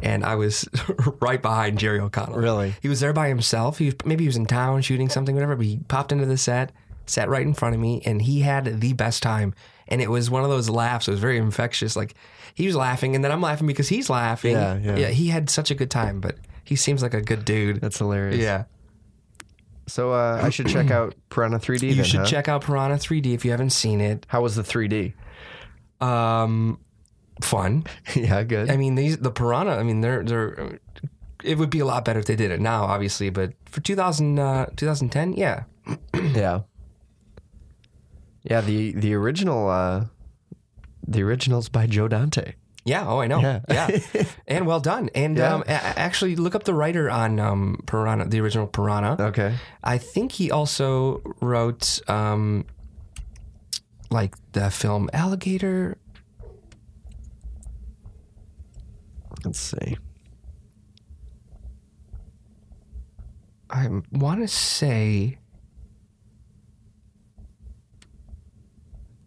Speaker 1: and I was <laughs> right behind Jerry O'Connell.
Speaker 2: Really?
Speaker 1: He was there by himself. He was, maybe he was in town shooting something, whatever. But he popped into the set, sat right in front of me, and he had the best time. And it was one of those laughs. It was very infectious. Like he was laughing, and then I'm laughing because he's laughing.
Speaker 2: Yeah, yeah.
Speaker 1: he had such a good time, but he seems like a good dude.
Speaker 2: That's hilarious.
Speaker 1: Yeah.
Speaker 2: So uh, I
Speaker 1: <clears throat>
Speaker 2: should check out Piranha 3D.
Speaker 1: You
Speaker 2: then,
Speaker 1: should
Speaker 2: huh?
Speaker 1: check out Piranha 3D if you haven't seen it.
Speaker 2: How was the 3D?
Speaker 1: Um, fun.
Speaker 2: <laughs> yeah, good.
Speaker 1: I mean, these the Piranha. I mean, they're they're. It would be a lot better if they did it now, obviously, but for 2000, uh, 2010, yeah,
Speaker 2: yeah. Yeah, the the original uh, the original's by Joe Dante.
Speaker 1: yeah. Oh, I know,
Speaker 2: Yeah.
Speaker 1: yeah, and well done. And
Speaker 2: Yeah.
Speaker 1: um, a- a- actually, look up the writer on um, Piranha, the original Piranha.
Speaker 2: Okay.
Speaker 1: I think he also wrote um, like the film Alligator.
Speaker 2: Let's see.
Speaker 1: I want to say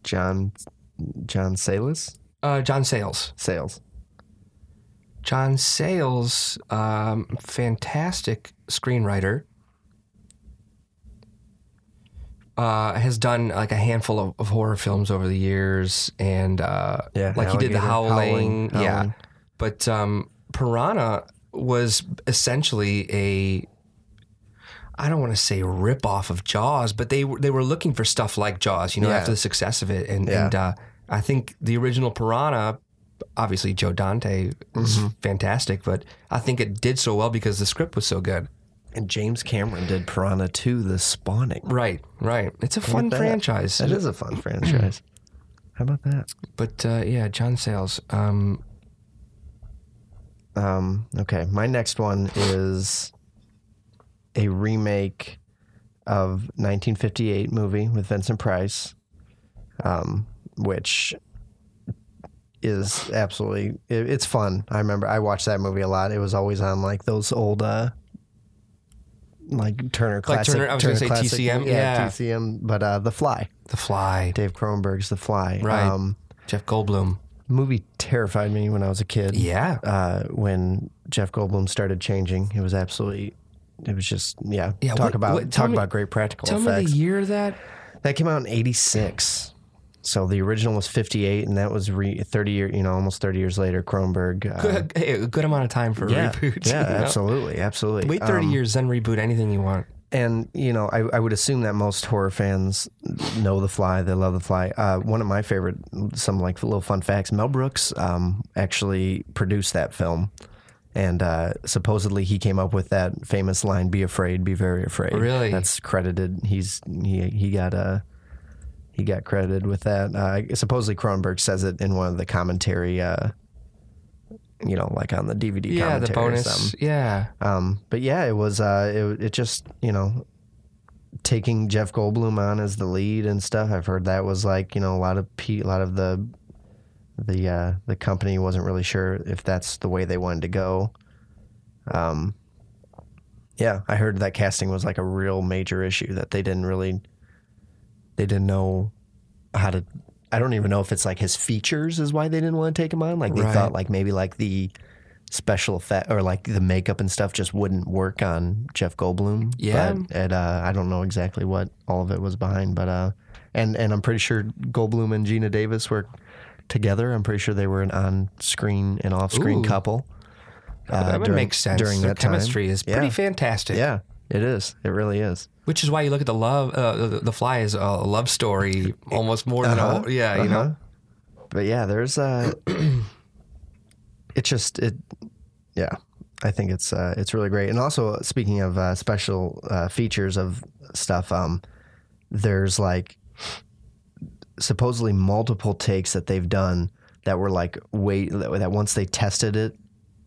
Speaker 2: John John Salis?
Speaker 1: uh, John Sayles.
Speaker 2: Sales.
Speaker 1: John Sayles, um, fantastic screenwriter, uh, has done like a handful of, of horror films over the years, and uh,
Speaker 2: Yeah,
Speaker 1: like he did the
Speaker 2: Alligator,
Speaker 1: Howling,
Speaker 2: Howling,
Speaker 1: yeah.
Speaker 2: Howling.
Speaker 1: But um, Piranha was essentially a I don't want to say rip off of Jaws, but they were- they were looking for stuff like Jaws, you know,
Speaker 2: Yeah.
Speaker 1: after the success of it, and
Speaker 2: Yeah.
Speaker 1: and uh, I think the original Piranha, obviously Joe Dante is
Speaker 2: Mm-hmm.
Speaker 1: fantastic, but I think it did so well because the script was so good.
Speaker 2: And James Cameron did Piranha 2, The Spawning.
Speaker 1: Right, right. It's a fun
Speaker 2: that.
Speaker 1: franchise.
Speaker 2: That is a fun franchise. <clears throat> How about that?
Speaker 1: But uh, yeah, John Sayles. Um,
Speaker 2: Um, okay, my next one is a remake of 1958 movie with Vincent Price, um, which is absolutely it, it's fun. I remember I watched that movie a lot. It was always on like those old uh, like Turner
Speaker 1: Like
Speaker 2: classic.
Speaker 1: Turner- I was gonna say
Speaker 2: Classic-
Speaker 1: TCM,
Speaker 2: yeah,
Speaker 1: yeah.
Speaker 2: TCM. But uh, The Fly,
Speaker 1: The Fly.
Speaker 2: Dave Cronenberg's The Fly. Um,
Speaker 1: Right. Jeff Goldblum.
Speaker 2: movie terrified me when I was a kid
Speaker 1: Yeah.
Speaker 2: uh, when Jeff Goldblum started changing. It was absolutely, it was just yeah.
Speaker 1: Yeah,
Speaker 2: talk
Speaker 1: what-
Speaker 2: about
Speaker 1: what- tell
Speaker 2: talk
Speaker 1: me-
Speaker 2: about great practical
Speaker 1: Tell me
Speaker 2: effects.
Speaker 1: the year of that.
Speaker 2: that came out in '86. So the original was '58, and that was re- 30 year, you know, almost 30 years later. Kronberg. Uh,
Speaker 1: Good, <laughs> a good amount of time for a <laughs>
Speaker 2: Yeah,
Speaker 1: reboot.
Speaker 2: yeah,
Speaker 1: you know?
Speaker 2: absolutely, absolutely.
Speaker 1: Wait 30
Speaker 2: Um,
Speaker 1: years, then reboot anything you want.
Speaker 2: and you know, I, I would assume that most horror fans know The Fly. They love The Fly. Uh, one of my favorite, some like little fun facts. Mel Brooks um, actually produced that film, and uh, supposedly he came up with that famous line: "Be afraid, be very afraid."
Speaker 1: Really?
Speaker 2: That's credited. He's he he got uh, he got credited with that. Uh, supposedly Cronenberg says it in one of the commentary. Uh, you know, like on the DVD
Speaker 1: Yeah, the
Speaker 2: commentary or something.
Speaker 1: bonus. Yeah.
Speaker 2: Um, but yeah, it was uh, it, it just you know taking Jeff Goldblum on as the lead and stuff. I've heard that was like you know a lot of pe- a lot of the the uh, the company wasn't really sure if that's the way they wanted to go. Um, yeah, I heard that casting was like a real major issue that they didn't really they didn't know how to. I don't even know if it's like his features is why they didn't want to take him on. Like they
Speaker 1: Right.
Speaker 2: thought like maybe like the special effect or like the makeup and stuff just wouldn't work on Jeff Goldblum.
Speaker 1: Yeah.
Speaker 2: But it, uh, I don't know exactly what all of it was behind, but uh, and and I'm pretty sure Goldblum and Gina Davis were together. I'm pretty sure they were an on-screen and off-screen
Speaker 1: Ooh.
Speaker 2: couple. uh,
Speaker 1: that would
Speaker 2: during-
Speaker 1: make sense.
Speaker 2: during
Speaker 1: Their
Speaker 2: that time.
Speaker 1: chemistry is
Speaker 2: Yeah.
Speaker 1: pretty fantastic.
Speaker 2: Yeah, it is. It really is.
Speaker 1: Which is why you look at the love, uh, the, the fly is a love story almost more
Speaker 2: Uh-huh.
Speaker 1: than a, yeah, you know. <laughs>
Speaker 2: But yeah, there's uh it just it yeah. I think it's uh it's really great. And also speaking of uh special uh features of stuff um there's like supposedly multiple takes that they've done that were like wait that once they tested it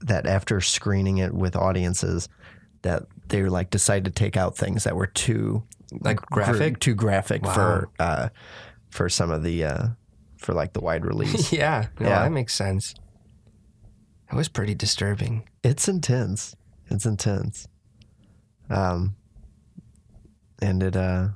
Speaker 2: that after screening it with audiences that they like decided to take out things that were too
Speaker 1: Like graphic?
Speaker 2: too graphic
Speaker 1: Wow.
Speaker 2: for uh for some of the uh for like the wide
Speaker 1: <laughs>
Speaker 2: release
Speaker 1: yeah. No,
Speaker 2: Yeah.
Speaker 1: that makes sense. That was pretty disturbing.
Speaker 2: it's intense it's intense um and it uh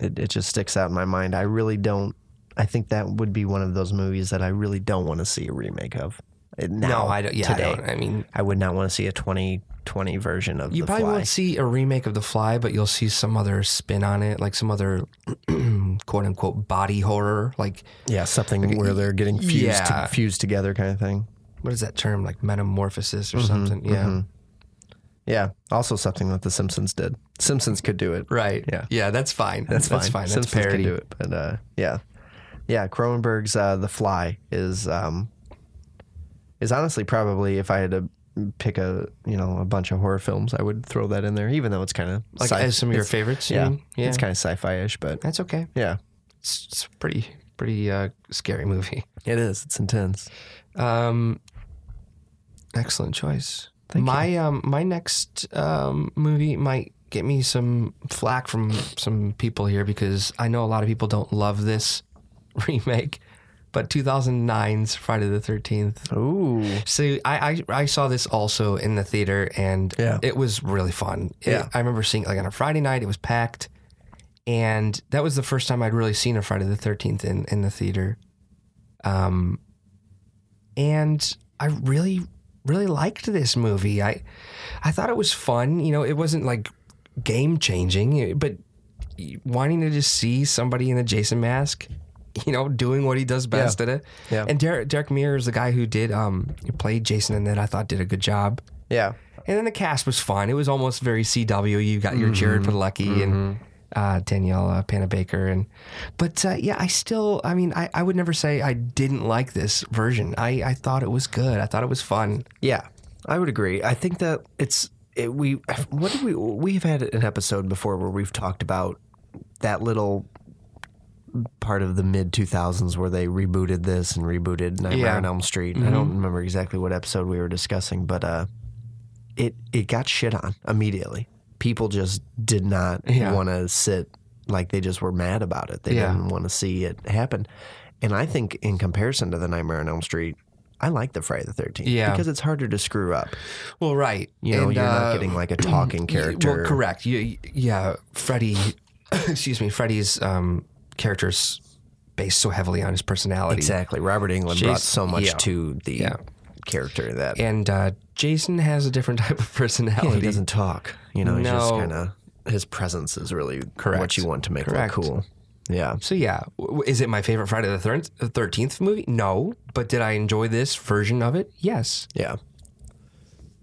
Speaker 2: it, it just sticks out in my mind i really don't i think that would be one of those movies that i really don't want to see a remake of Uh, now,
Speaker 1: no, I don't. Yeah,
Speaker 2: today.
Speaker 1: I don't. I mean,
Speaker 2: I would not want to see a 2020 version of
Speaker 1: You
Speaker 2: The
Speaker 1: probably
Speaker 2: Fly.
Speaker 1: won't see a remake of The Fly, but you'll see some other spin on it, like some other <clears throat> quote unquote body horror. Like,
Speaker 2: Yeah, something where they're getting fused
Speaker 1: Yeah.
Speaker 2: to, fused together kind of thing.
Speaker 1: what is that term? Like metamorphosis or
Speaker 2: Mm-hmm,
Speaker 1: something. Yeah.
Speaker 2: Yeah, also something that The Simpsons did. Simpsons could do it.
Speaker 1: Right.
Speaker 2: Yeah.
Speaker 1: Yeah, that's fine. That's, fine. That's
Speaker 2: Simpsons
Speaker 1: parody.
Speaker 2: could do it, but uh, yeah, yeah. Cronenberg's uh, The Fly is um, is honestly probably if I had to pick a you know a bunch of horror films, I would throw that in there, even though it's kind of
Speaker 1: Like as some of your favorites. you
Speaker 2: yeah,
Speaker 1: mean? Yeah.
Speaker 2: it's kind of sci-fi-ish, but
Speaker 1: that's okay.
Speaker 2: yeah,
Speaker 1: It's, it's a pretty, pretty uh, scary movie.
Speaker 2: it is. It's intense.
Speaker 1: Um, excellent choice.
Speaker 2: Thank
Speaker 1: my um my next um movie might get me some flack from some people here because I know a lot of people don't love this <laughs> remake, but 2009's Friday the 13th.
Speaker 2: Ooh,
Speaker 1: So I, I I saw this also in the theater and
Speaker 2: Yeah.
Speaker 1: it was really fun. It-
Speaker 2: Yeah.
Speaker 1: I remember seeing it like on a Friday night. It was packed, and that was the first time I'd really seen a Friday the Thirteenth in in the theater. Um, and I really really liked this movie. I I thought it was fun. You know, it wasn't like game changing, but wanting to just see somebody in a Jason mask, you know, doing what he does best
Speaker 2: Yeah.
Speaker 1: at it.
Speaker 2: Yeah.
Speaker 1: And Derek, Derek Mears, the guy who did um who played Jason in that, I thought did a good job.
Speaker 2: Yeah.
Speaker 1: And then the cast was fun. It was almost very CW. You got your Jared
Speaker 2: Mm-hmm.
Speaker 1: Padalecki and uh, Danielle Panna Baker, and but uh, yeah, I still. I mean, I, I would never say I didn't like this version. I, I thought it was good. I thought it was fun.
Speaker 2: Yeah, I would agree. I think that it's it, we. What did we? We've had an episode before where we've talked about that little part of the mid two thousands where they rebooted this and rebooted Nightmare
Speaker 1: Yeah. Mm-hmm.
Speaker 2: on Elm Street. I don't remember exactly what episode we were discussing, but uh, it it got shit on immediately. People just did not
Speaker 1: Yeah.
Speaker 2: want to sit like they just were mad about it. They
Speaker 1: Yeah.
Speaker 2: didn't want to see it happen. And I think in comparison to the Nightmare on Elm Street, I like the Friday the Thirteenth
Speaker 1: Yeah.
Speaker 2: because it's harder to screw up.
Speaker 1: Well, right.
Speaker 2: You know,
Speaker 1: And,
Speaker 2: you're
Speaker 1: uh,
Speaker 2: not getting <clears throat> like a talking character.
Speaker 1: Well, correct. You, yeah, Freddie. <coughs> excuse me. Freddie's um, character is based so heavily on his personality.
Speaker 2: Exactly. Robert England brought
Speaker 1: Jeez.
Speaker 2: so much
Speaker 1: Yeah.
Speaker 2: to the
Speaker 1: Yeah.
Speaker 2: character that
Speaker 1: And uh, Jason has a different <laughs> type of personality.
Speaker 2: he doesn't talk. You know, he's just
Speaker 1: No.
Speaker 2: kind of his presence is really what
Speaker 1: Correct.
Speaker 2: you want to make
Speaker 1: Correct.
Speaker 2: look cool. Yeah.
Speaker 1: So yeah, W- is it my favorite Friday the thir- the Thirteenth movie? No, but did I enjoy this version of it? Yes. <laughs>
Speaker 2: Yeah.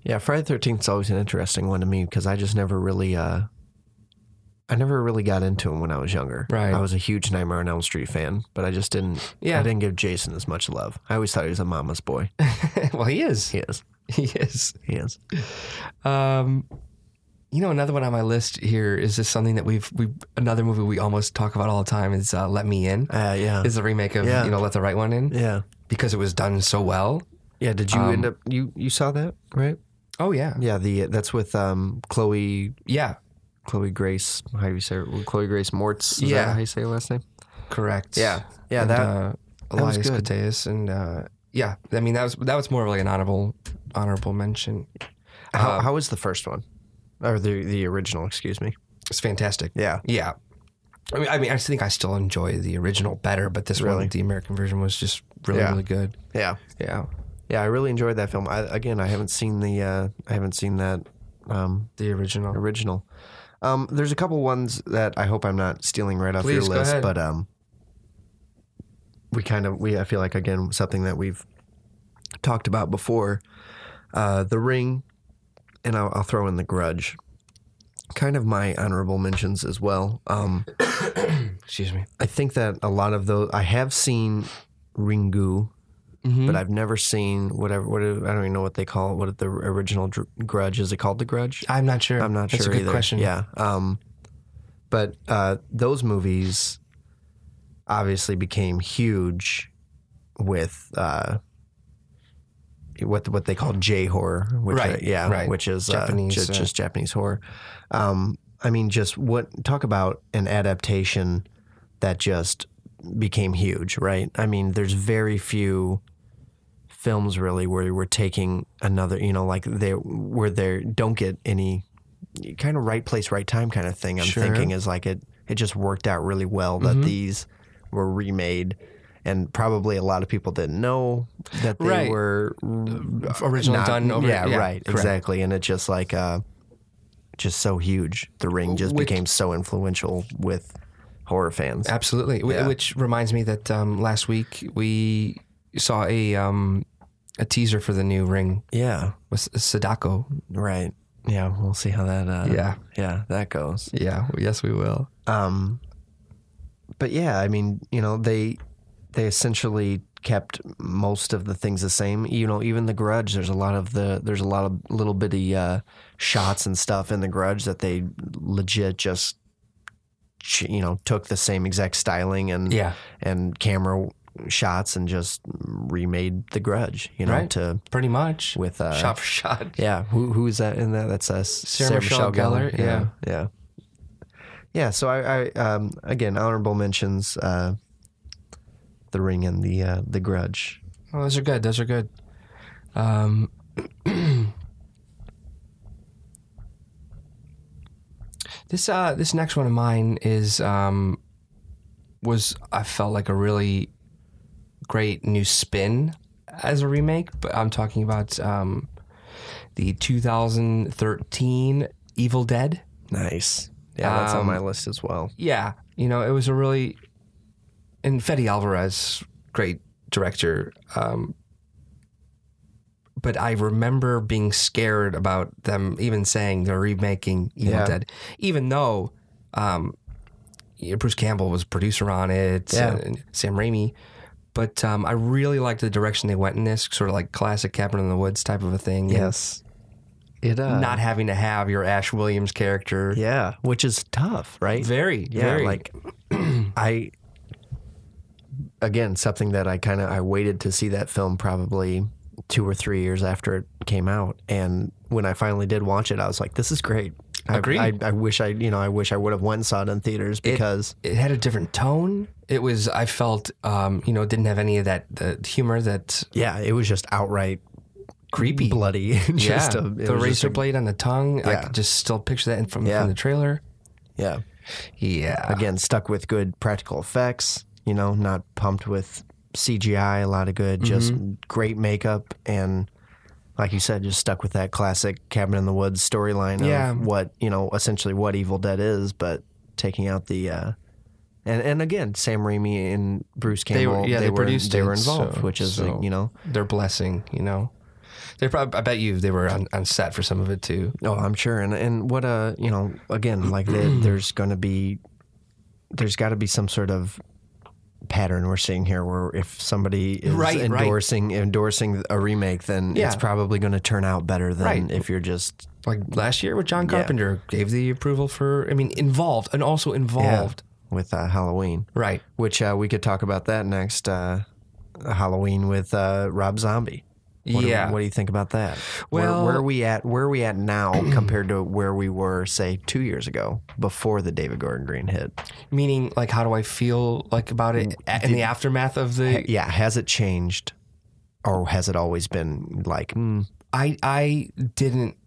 Speaker 2: Yeah, Friday the 13th is always an interesting one to me because I just never really uh I never really got into him when I was younger.
Speaker 1: Right.
Speaker 2: I was a huge Nightmare on Elm Street fan, but I just didn't
Speaker 1: Yeah.
Speaker 2: I didn't give Jason as much love. I always thought he was a mama's boy.
Speaker 1: well, he is.
Speaker 2: He is.
Speaker 1: <laughs> He is.
Speaker 2: He is.
Speaker 1: Um, you know, another one on my list here is just something that we've we another movie we almost talk about all the time is uh, Let Me In.
Speaker 2: Uh, yeah.
Speaker 1: Is the remake of
Speaker 2: Yeah.
Speaker 1: you know Let the Right One In
Speaker 2: yeah.
Speaker 1: because it was done so well.
Speaker 2: Yeah, did you end up you you saw that, right?
Speaker 1: Oh yeah,
Speaker 2: Yeah, the that's with um Chloe
Speaker 1: yeah,
Speaker 2: Chloe Grace, how do you say her- Chloe Grace Mortz, is
Speaker 1: Yeah.
Speaker 2: that how you say her last name?
Speaker 1: correct.
Speaker 2: Yeah,
Speaker 1: and,
Speaker 2: that
Speaker 1: uh,
Speaker 2: that was
Speaker 1: Elias
Speaker 2: good.
Speaker 1: Koteas and uh, yeah, I mean that was that was more of like an honorable honorable mention.
Speaker 2: how, how was the first one? Or the the original, excuse me.
Speaker 1: It's fantastic.
Speaker 2: Yeah.
Speaker 1: Yeah. I mean, I mean, I think I still enjoy the original better, but this
Speaker 2: Really?
Speaker 1: one, the American version, was just really,
Speaker 2: Yeah.
Speaker 1: really good.
Speaker 2: Yeah.
Speaker 1: Yeah,
Speaker 2: Yeah, I really enjoyed that film. I, again, I haven't seen the uh, I haven't seen that um,
Speaker 1: the original.
Speaker 2: original. Um, there's a couple ones that I hope I'm not stealing right off
Speaker 1: Please,
Speaker 2: your
Speaker 1: go
Speaker 2: list,
Speaker 1: ahead.
Speaker 2: but um, we kind of we I feel like again something that we've talked about before, uh, The Ring, and I'll, I'll throw in The Grudge. Kind of my honorable mentions as well. Um,
Speaker 1: Excuse me.
Speaker 2: I think that a lot of those I have seen Ringu, but
Speaker 1: Mm-hmm.
Speaker 2: I've never seen whatever. What I don't even know what they call it. What the original Dr- Grudge is it called? The Grudge?
Speaker 1: I'm not sure.
Speaker 2: I'm not
Speaker 1: That's
Speaker 2: sure
Speaker 1: a good
Speaker 2: either.
Speaker 1: question.
Speaker 2: Yeah. Um, but uh, those movies obviously became huge with uh, what what they call J horror, which
Speaker 1: Right,
Speaker 2: uh, yeah,
Speaker 1: right.
Speaker 2: which is
Speaker 1: Japanese,
Speaker 2: uh, just,
Speaker 1: uh,
Speaker 2: just Japanese horror. Um, I mean, just what talk about an adaptation that just became huge, right? I mean, there's very few films really where we're taking another, you know, like they where they don't get any kind of right place, right time kind of thing. I'm
Speaker 1: Sure. Mm-hmm.
Speaker 2: thinking is like it it just worked out really well that these were remade. And probably a lot of people didn't know that they
Speaker 1: Right. Uh,
Speaker 2: were
Speaker 1: Original
Speaker 2: not-
Speaker 1: done over.
Speaker 2: Yeah, right,
Speaker 1: correct.
Speaker 2: exactly. And it's just like uh, just so huge. The Ring just
Speaker 1: Which-
Speaker 2: became so influential with horror fans.
Speaker 1: Absolutely. Wh-
Speaker 2: Yeah.
Speaker 1: Which reminds me that um, last week we saw a um, a teaser for the new Ring
Speaker 2: Yeah,
Speaker 1: with Sadako.
Speaker 2: right. Yeah, we'll see how that. Uh,
Speaker 1: Yeah.
Speaker 2: yeah, that goes.
Speaker 1: Yeah. Yes, we will.
Speaker 2: Um, but yeah, I mean, you know, they they essentially kept most of the things the same. You know, even the Grudge. There's a lot of the there's a lot of little bitty uh, shots and stuff in the Grudge that they legit just ch- you know took the same exact styling and
Speaker 1: Yeah.
Speaker 2: and camera shots and just remade the Grudge. You know,
Speaker 1: Right.
Speaker 2: to
Speaker 1: Pretty much.
Speaker 2: with uh,
Speaker 1: shot for shot.
Speaker 2: yeah, who who is that in that? That's uh, us.
Speaker 1: Sarah Michelle Gellar,
Speaker 2: Yeah, yeah, yeah. So I, I um, again honorable mentions: uh, the Ring and the uh, the Grudge.
Speaker 1: Oh, those are good. Those are good. Um, <clears throat> this uh, this next one of mine is um, was I felt like a really great new spin as a remake, but I'm talking about um, the 2013 Evil Dead.
Speaker 2: Nice. Yeah, that's on my list as well.
Speaker 1: Yeah, you know, it was a really and Fede Alvarez, great director. Um, but I remember being scared about them even saying they're remaking Evil
Speaker 2: Yeah.
Speaker 1: Dead, even though um, yeah, Bruce Campbell was producer on it,
Speaker 2: Yeah.
Speaker 1: and, and Sam Raimi. But um, I really liked the direction they went in this, sort of like classic Cabin in the Woods type of a thing. and
Speaker 2: Yes. It uh
Speaker 1: Not having to have your Ash Williams character.
Speaker 2: yeah, which is tough, right?
Speaker 1: Very,
Speaker 2: yeah,
Speaker 1: very.
Speaker 2: like <clears throat> I again, something that I kind of I waited to see that film probably 2 or 3 years after it came out and when I finally did watch it, I was like this is great. I-
Speaker 1: Agreed.
Speaker 2: I, I, wish I, you know, I wish I would have went and saw it in theaters because
Speaker 1: it had a different tone. It was I felt um, you know it didn't have any of that the humor that
Speaker 2: yeah, it was just outright
Speaker 1: creepy.
Speaker 2: bloody. <laughs> and <laughs> just
Speaker 1: yeah,
Speaker 2: a, it
Speaker 1: the
Speaker 2: was just
Speaker 1: razor
Speaker 2: a-
Speaker 1: blade on the tongue. I
Speaker 2: Yeah.
Speaker 1: could just still picture that in- from,
Speaker 2: Yeah.
Speaker 1: from the trailer.
Speaker 2: yeah.
Speaker 1: Yeah,
Speaker 2: again stuck with good practical effects you know not pumped with cgi a lot of good just
Speaker 1: Mm-hmm.
Speaker 2: great makeup and like you said just stuck with that classic cabin in the woods storyline
Speaker 1: Yeah.
Speaker 2: of what you know essentially what evil dead is but taking out the uh and, and again, Sam Raimi and Bruce
Speaker 1: were-
Speaker 2: Campbell,
Speaker 1: yeah, they
Speaker 2: were
Speaker 1: produced
Speaker 2: they
Speaker 1: it,
Speaker 2: were involved,
Speaker 1: so-
Speaker 2: which is
Speaker 1: so-
Speaker 2: you know,
Speaker 1: their blessing. You know, they probably I bet you they were on, on set for some of it too.
Speaker 2: oh, I'm sure. And and what a you know, again, like the,
Speaker 1: <clears throat>
Speaker 2: there's going to be, there's got to be some sort of pattern we're seeing here where if somebody is
Speaker 1: Right, right.
Speaker 2: endorsing endorsing a remake then
Speaker 1: Yeah.
Speaker 2: it's probably going to turn out better than
Speaker 1: Right.
Speaker 2: if you're just
Speaker 1: Like last year with John Carpenter gave the approval for. I mean, involved and also involved.
Speaker 2: with uh, Halloween
Speaker 1: Right.
Speaker 2: which uh, we could talk about that next uh, Halloween with uh, Rob Zombie what
Speaker 1: Yeah.
Speaker 2: do, what do you think about that
Speaker 1: Well-
Speaker 2: where, where are we at where are we
Speaker 1: <clears throat>
Speaker 2: at now compared to where we were say 2 years ago before the David Gordon Green hit
Speaker 1: Meaning, like, how do I feel like about it
Speaker 2: Mm,
Speaker 1: a- in the aftermath of the
Speaker 2: yeah, has it changed, or has it always been like mm,
Speaker 1: I I didn't.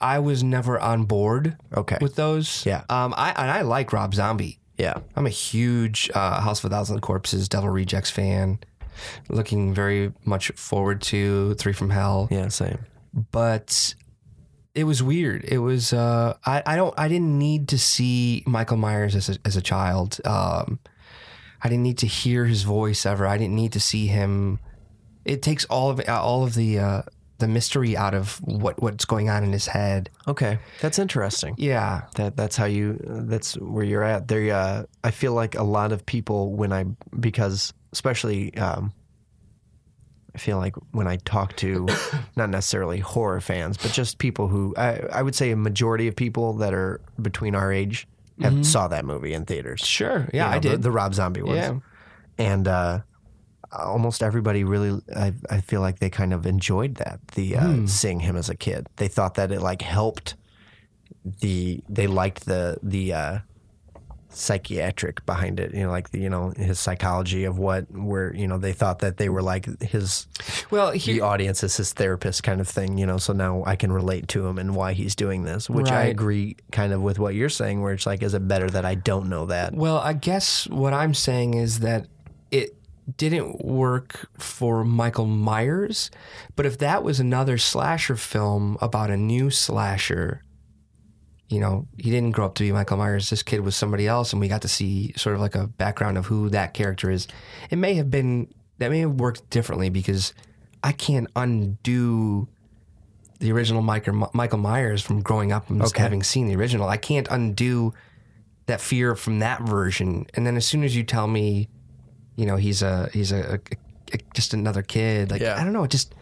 Speaker 1: I was never on board
Speaker 2: okay?
Speaker 1: with those.
Speaker 2: Yeah.
Speaker 1: Um. I and I like Rob Zombie.
Speaker 2: yeah,
Speaker 1: I'm a huge uh, House of a Thousand Corpses, Devil Rejects fan. Looking very much forward to Three from Hell,
Speaker 2: yeah, same.
Speaker 1: but it was weird. It was uh, I I don't I didn't need to see Michael Myers as a, as a child. Um, I didn't need to hear his voice ever. I didn't need to see him. It takes all of uh, all of the uh, the mystery out of what what's going on in his head.
Speaker 2: Okay, that's interesting.
Speaker 1: Yeah,
Speaker 2: That that's how you. That's where you're at. There, uh, I feel like a lot of people when I because especially, um, I feel like when I talk to not necessarily horror fans, but just people who I I would say a majority of people that are between our age have saw that movie in theaters.
Speaker 1: sure. Yeah,
Speaker 2: you know,
Speaker 1: I
Speaker 2: the-
Speaker 1: did.
Speaker 2: The, Rob Zombie ones.
Speaker 1: Yeah.
Speaker 2: And uh, almost everybody really, I, I feel like they kind of enjoyed that, the uh,
Speaker 1: Hmm.
Speaker 2: seeing him as a kid. They thought that it like helped the, they liked the, the, uh, psychiatric behind it you know like the, you know his psychology of what where you know they thought that they were like his
Speaker 1: well,
Speaker 2: the
Speaker 1: here,
Speaker 2: audience is his therapist kind of thing you know so now i can relate to him and why he's doing this which i
Speaker 1: Right.
Speaker 2: agree kind of with what you're saying where it's like is it better that i don't know that
Speaker 1: Well, I guess what I'm saying is that it didn't work for Michael Myers, but if that was another slasher film about a new slasher, you know, he didn't grow up to be Michael Myers. This kid was somebody else, and we got to see sort of like a background of who that character is. It may have been that may have worked differently because I can't undo the original Michael Michael Myers from growing up and
Speaker 2: Okay.
Speaker 1: having seen the original. I can't undo that fear from that version. And then as soon as you tell me, you know, he's a he's a, a- a- just another kid. Like
Speaker 2: Yeah.
Speaker 1: I don't know, it just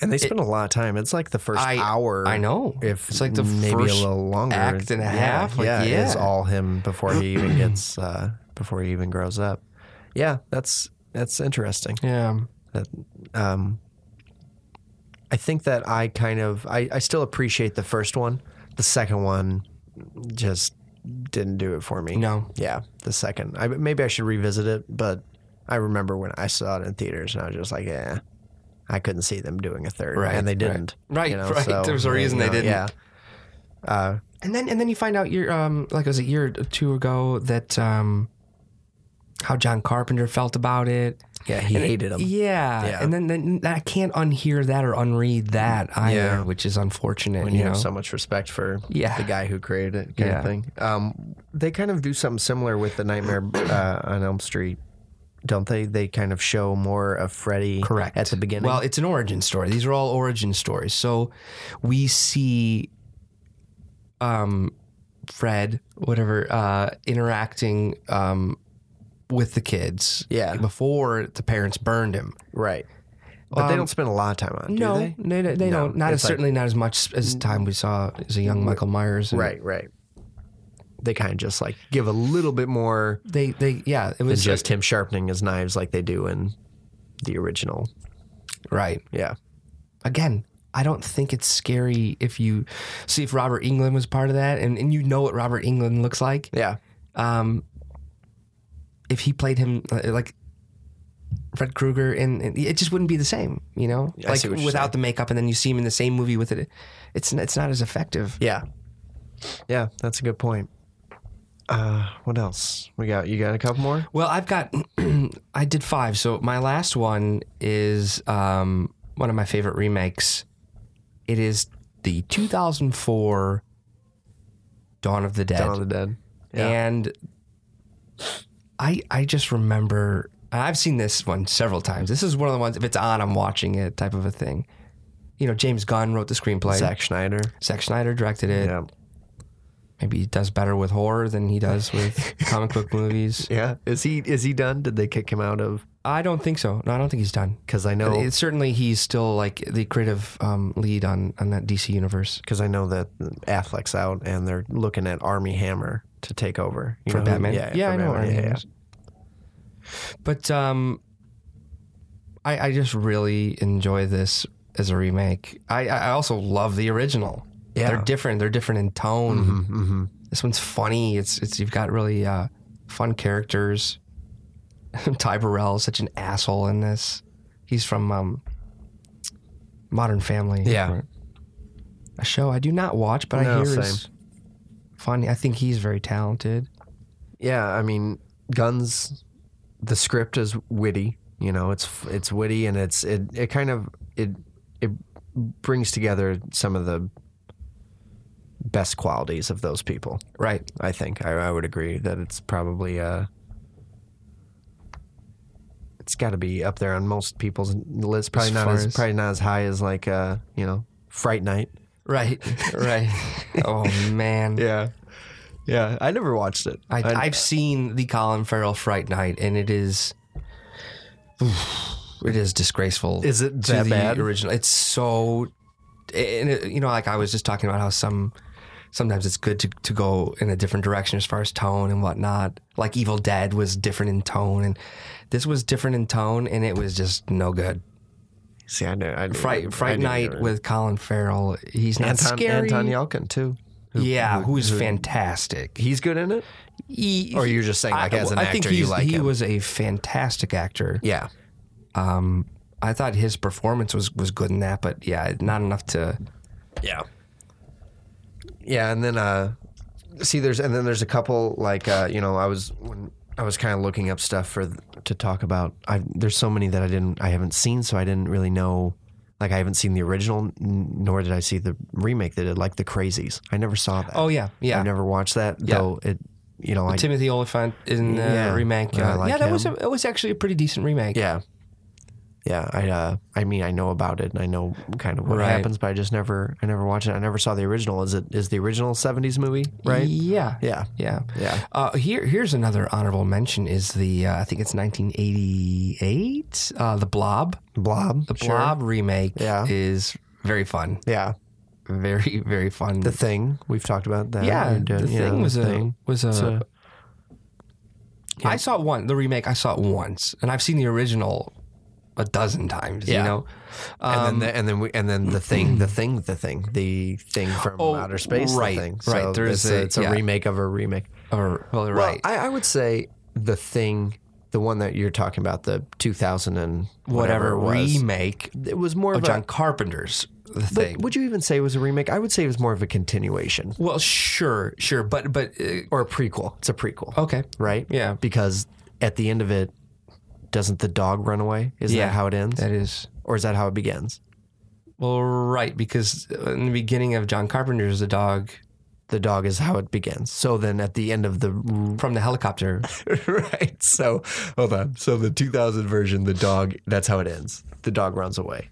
Speaker 2: And they spend a lot of time. It's like the first
Speaker 1: I-
Speaker 2: hour.
Speaker 1: I know.
Speaker 2: If
Speaker 1: It's like the
Speaker 2: maybe
Speaker 1: first
Speaker 2: a little longer,
Speaker 1: act and a
Speaker 2: Yeah,
Speaker 1: half, like,
Speaker 2: yeah, it's
Speaker 1: yeah.
Speaker 2: all him before he
Speaker 1: <clears throat>
Speaker 2: even gets uh, before he even grows up. Yeah, that's that's interesting.
Speaker 1: yeah.
Speaker 2: That, um, I think that I kind of I, I still appreciate the first one. The second one just didn't do it for me.
Speaker 1: No.
Speaker 2: Yeah, the second. I, maybe I should revisit it, but I remember when I saw it in theaters and I was just like, yeah, I couldn't see them doing a third,
Speaker 1: Right,
Speaker 2: and they
Speaker 1: right.
Speaker 2: didn't.
Speaker 1: Right, right. There was a reason they didn't.
Speaker 2: Yeah. Uh,
Speaker 1: And then and then you find out you're um like it was a year or two ago that um how John Carpenter felt about it.
Speaker 2: Yeah, he
Speaker 1: And it-
Speaker 2: hated 'em.
Speaker 1: Yeah.
Speaker 2: Yeah.
Speaker 1: and then, then I can't unhear that or unread that either,
Speaker 2: Yeah.
Speaker 1: which is unfortunate.
Speaker 2: when
Speaker 1: you
Speaker 2: you have
Speaker 1: know?
Speaker 2: so much respect for
Speaker 1: Yeah.
Speaker 2: the guy who created it, kind
Speaker 1: Yeah.
Speaker 2: of thing. Um, they kind of do something similar with the Nightmare uh, on Elm Street, don't they? They kind of show more of Freddy
Speaker 1: Correct.
Speaker 2: at the beginning.
Speaker 1: Well, it's an origin story. These are all origin stories. So we see um, Fred, whatever, uh, interacting um, with the kids.
Speaker 2: Yeah.
Speaker 1: Before the parents burned him.
Speaker 2: right, but they don't spend a lot of time on it,
Speaker 1: um, no,
Speaker 2: do they?
Speaker 1: they, they
Speaker 2: No,
Speaker 1: don't. Not as,
Speaker 2: it's like- Mm.
Speaker 1: certainly not as much as time we saw as a young Michael Myers. and
Speaker 2: Right, right. They kind of just like give a little bit more
Speaker 1: They, they, yeah, it
Speaker 2: than
Speaker 1: was
Speaker 2: just him sharpening his knives like they do in the original.
Speaker 1: right.
Speaker 2: Yeah,
Speaker 1: again, I don't think it's scary if you see if Robert England was part of that and, and you know what Robert England looks like.
Speaker 2: yeah,
Speaker 1: Um, if he played him uh, like Fred Krueger, and, and it just wouldn't be the same, you know,
Speaker 2: I
Speaker 1: like
Speaker 2: see what you're
Speaker 1: without the makeup, and then you see him in the same movie with it. It's it's not as effective.
Speaker 2: yeah, yeah. That's a good point. Uh, what else we got? You got a couple more?
Speaker 1: Well, I've got <clears throat> I did five, so my last one is um, one of my favorite remakes. It is the 2004 Dawn of the Dead.
Speaker 2: Dawn of the Dead. Yeah.
Speaker 1: And I I just remember and I've seen this one several times. This is one of the ones if it's on I'm watching it type of a thing. You know, James Gunn wrote the screenplay. Zack,
Speaker 2: Zack Schneider.
Speaker 1: Snyder directed it.
Speaker 2: Yeah.
Speaker 1: Maybe he does better with horror than he does
Speaker 2: <laughs>
Speaker 1: with comic book movies.
Speaker 2: Yeah. Is he is he done? Did they kick him out of?
Speaker 1: I don't think so. No, I don't think he's done.
Speaker 2: Because I know
Speaker 1: It, certainly, he's still like the creative um, lead on on that DC universe.
Speaker 2: because I know that Affleck's out and they're looking at Army Hammer to take over you
Speaker 1: For
Speaker 2: know who-
Speaker 1: Batman?
Speaker 2: Yeah,
Speaker 1: Yeah,
Speaker 2: for
Speaker 1: I know
Speaker 2: Batman,
Speaker 1: Army Hammer's. But um, I, I just really enjoy this as a remake. I, I also love the original.
Speaker 2: Yeah. Mm-hmm.
Speaker 1: They're different. They're different in tone. This one's funny. It's it's you've got really uh, fun characters. <laughs> Ty Burrell is such an asshole in this. He's from um, Modern Family.
Speaker 2: Yeah.
Speaker 1: A show I do not watch, but I
Speaker 2: No,
Speaker 1: hear is funny. I think he's very talented.
Speaker 2: Yeah, I mean, Guns. The script is witty. You know, it's it's witty and it's it it kind of it it brings together some of the best qualities of those people.
Speaker 1: Right.
Speaker 2: I think I, I would agree that it's probably uh it's got to be up there on most people's list. Probably
Speaker 1: As
Speaker 2: not
Speaker 1: far
Speaker 2: as,
Speaker 1: as-
Speaker 2: probably not as high as like uh you know Fright Night.
Speaker 1: <laughs> Right. Right. oh man.
Speaker 2: Yeah, yeah. I never watched it.
Speaker 1: I, I, have seen the Colin Farrell Fright Night, and it is, it is disgraceful.
Speaker 2: Is it
Speaker 1: to
Speaker 2: that
Speaker 1: the
Speaker 2: bad?
Speaker 1: Original. It's so, and it, you know, like I was just talking about how some, sometimes it's good to to go in a different direction as far as tone and whatnot. Like Evil Dead was different in tone, and this was different in tone, and it was just no good.
Speaker 2: see. I know. I knew- I
Speaker 1: Fright Fright
Speaker 2: knew
Speaker 1: Night
Speaker 2: there-
Speaker 1: with Colin Farrell. He's not
Speaker 2: Anton,
Speaker 1: scary.
Speaker 2: Anton Yelkin too.
Speaker 1: yeah, who's fantastic.
Speaker 2: He's good in it.
Speaker 1: He,
Speaker 2: Or you're just saying like as an
Speaker 1: I
Speaker 2: actor
Speaker 1: think
Speaker 2: you
Speaker 1: he's-
Speaker 2: like
Speaker 1: he
Speaker 2: him.
Speaker 1: was a fantastic actor.
Speaker 2: yeah.
Speaker 1: I thought his performance was, was good in that, but yeah, not enough to.
Speaker 2: Yeah. Yeah, and then uh see there's and then there's a couple like uh you know, I was when I was kind of looking up stuff for th- to talk about. I there's so many that I didn't I haven't seen so I didn't really know like I haven't seen the original n- nor did I see the remake that did like The Crazies. I never saw that.
Speaker 1: Oh yeah, yeah.
Speaker 2: I never watched that though it you know, I
Speaker 1: Timothy Oliphant in the
Speaker 2: Yeah,
Speaker 1: remake. uh,
Speaker 2: I like
Speaker 1: yeah, that was a,
Speaker 2: him.
Speaker 1: it was actually a pretty decent remake.
Speaker 2: yeah. Yeah, I uh, I mean I know about it and I know kind of what
Speaker 1: Right.
Speaker 2: happens, but I just never I never watched it. I never saw the original. Is it is the original seventies movie, right?
Speaker 1: Yeah.
Speaker 2: Yeah.
Speaker 1: Yeah.
Speaker 2: Yeah.
Speaker 1: Uh, here, here's another honorable mention: is the uh, I think it's 1988, uh, the Blob.
Speaker 2: Blob.
Speaker 1: The Blob remake
Speaker 2: Yeah.
Speaker 1: is very fun,
Speaker 2: Yeah.
Speaker 1: very very fun.
Speaker 2: The Thing. We've talked about that.
Speaker 1: yeah,
Speaker 2: We did-
Speaker 1: the
Speaker 2: yeah,
Speaker 1: thing was a was a
Speaker 2: So-
Speaker 1: I saw it one the remake. I saw it once, and I've seen the original a dozen times. You
Speaker 2: Yeah.
Speaker 1: know,
Speaker 2: and
Speaker 1: um,
Speaker 2: then the, and then we, and then the thing the thing the thing the thing from
Speaker 1: Oh,
Speaker 2: outer space
Speaker 1: right,
Speaker 2: the thing.
Speaker 1: right. There
Speaker 2: it's
Speaker 1: is
Speaker 2: a,
Speaker 1: a-
Speaker 2: it's a
Speaker 1: yeah.
Speaker 2: remake of a remake.
Speaker 1: or well,
Speaker 2: Well,
Speaker 1: right,
Speaker 2: I, I would say the thing, the one that you're talking about, the 2000 and
Speaker 1: whatever,
Speaker 2: whatever, it was.
Speaker 1: remake
Speaker 2: it was more
Speaker 1: of
Speaker 2: of
Speaker 1: John
Speaker 2: a.
Speaker 1: Carpenter's the
Speaker 2: But
Speaker 1: thing.
Speaker 2: would you even say it was a remake? I would say it was more of a continuation
Speaker 1: well, sure, sure, but but uh,
Speaker 2: or a prequel. It's a prequel,
Speaker 1: okay,
Speaker 2: right?
Speaker 1: yeah.
Speaker 2: because at the end of it, doesn't the dog run away? Is
Speaker 1: Yeah.
Speaker 2: that how it ends,
Speaker 1: That is
Speaker 2: or is that how it begins?
Speaker 1: well, right because in the beginning of John Carpenter's, the dog
Speaker 2: The dog is how it begins. So then, at the end of the <laughs>
Speaker 1: from the helicopter.
Speaker 2: right. So hold on. So the 2000 version, the dog. That's how it ends. The dog runs away.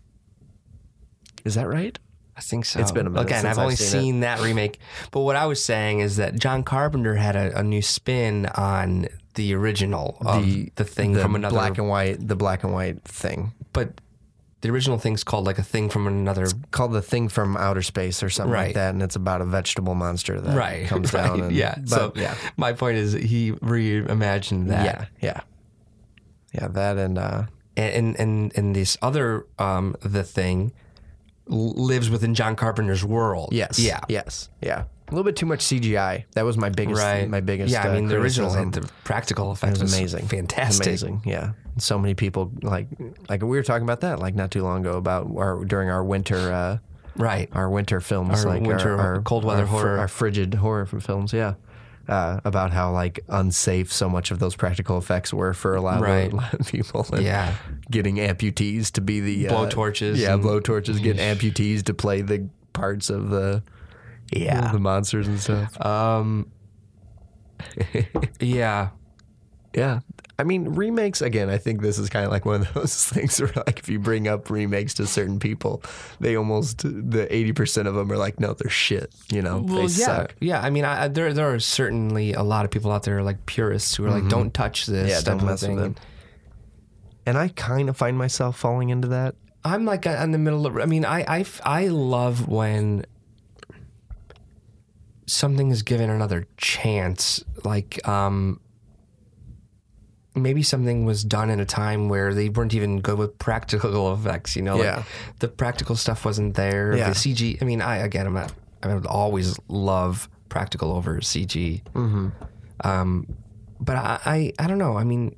Speaker 2: Is that right?
Speaker 1: I think so.
Speaker 2: It's been a minute
Speaker 1: Again,
Speaker 2: since
Speaker 1: I've
Speaker 2: I've
Speaker 1: only
Speaker 2: seen it.
Speaker 1: seen that remake. But what I was saying is that John Carpenter had a, a new spin on the original of the,
Speaker 2: The-
Speaker 1: thing
Speaker 2: The
Speaker 1: from another.
Speaker 2: black and white. The black and white thing
Speaker 1: but the original thing's called like a thing from another.
Speaker 2: called the thing from outer space or something
Speaker 1: Right.
Speaker 2: like that, and it's about a vegetable monster that
Speaker 1: Right, <laughs>
Speaker 2: comes
Speaker 1: right,
Speaker 2: down. And,
Speaker 1: yeah.
Speaker 2: but-
Speaker 1: so
Speaker 2: yeah,
Speaker 1: my point is he reimagined that.
Speaker 2: yeah, yeah, yeah. That and uh,
Speaker 1: and and and this other um the thing l- lives within John Carpenter's world.
Speaker 2: yes,
Speaker 1: Yeah.
Speaker 2: yes, yeah. A little bit too much CGI. That was my biggest,
Speaker 1: Right.
Speaker 2: my biggest.
Speaker 1: Yeah, I
Speaker 2: uh,
Speaker 1: mean the original
Speaker 2: criticism.
Speaker 1: had the practical effects
Speaker 2: It was amazing.
Speaker 1: fantastic.
Speaker 2: Amazing. Yeah. So many people like like we were talking about that like not too long ago about our during our winter uh
Speaker 1: Right.
Speaker 2: our winter films
Speaker 1: Our
Speaker 2: like
Speaker 1: winter cold weather
Speaker 2: our fr-
Speaker 1: horror.
Speaker 2: our frigid horror f- films, yeah. Uh, about how like unsafe so much of those practical effects were for a lot, of-
Speaker 1: Right.
Speaker 2: a lot of <laughs> people. and
Speaker 1: Yeah.
Speaker 2: getting amputees to be the uh,
Speaker 1: Blowtorches
Speaker 2: Yeah,
Speaker 1: and-
Speaker 2: blowtorches. Get amputees to play the parts of the
Speaker 1: Yeah. Uh,
Speaker 2: the monsters and stuff.
Speaker 1: Yeah.
Speaker 2: Yeah. I mean, remakes, again, I think this is kind of like one of <laughs> those things where, like, if you bring up remakes to certain people, they almost, the 80% of them are like, no, they're shit. You know, they
Speaker 1: yeah,
Speaker 2: suck.
Speaker 1: yeah. I mean, I, I- there there are certainly a lot of people out there like purists who are like, "Don't touch this."
Speaker 2: Mm-hmm. Yeah,
Speaker 1: type
Speaker 2: don't
Speaker 1: of
Speaker 2: mess with
Speaker 1: thing.
Speaker 2: them. And I kind of find myself falling into that.
Speaker 1: I'm like uh, in the middle of. I mean, I, I f- I love when something is given another chance. Like, um, maybe something was done at a time where they weren't even good with practical <laughs> effects. You know, like
Speaker 2: Yeah.
Speaker 1: the practical stuff wasn't there.
Speaker 2: Yeah.
Speaker 1: The CG. I mean, I again, I'm not. I would always love practical over CG. Um,
Speaker 2: Mm-hmm.
Speaker 1: but I, I, I don't know. I mean,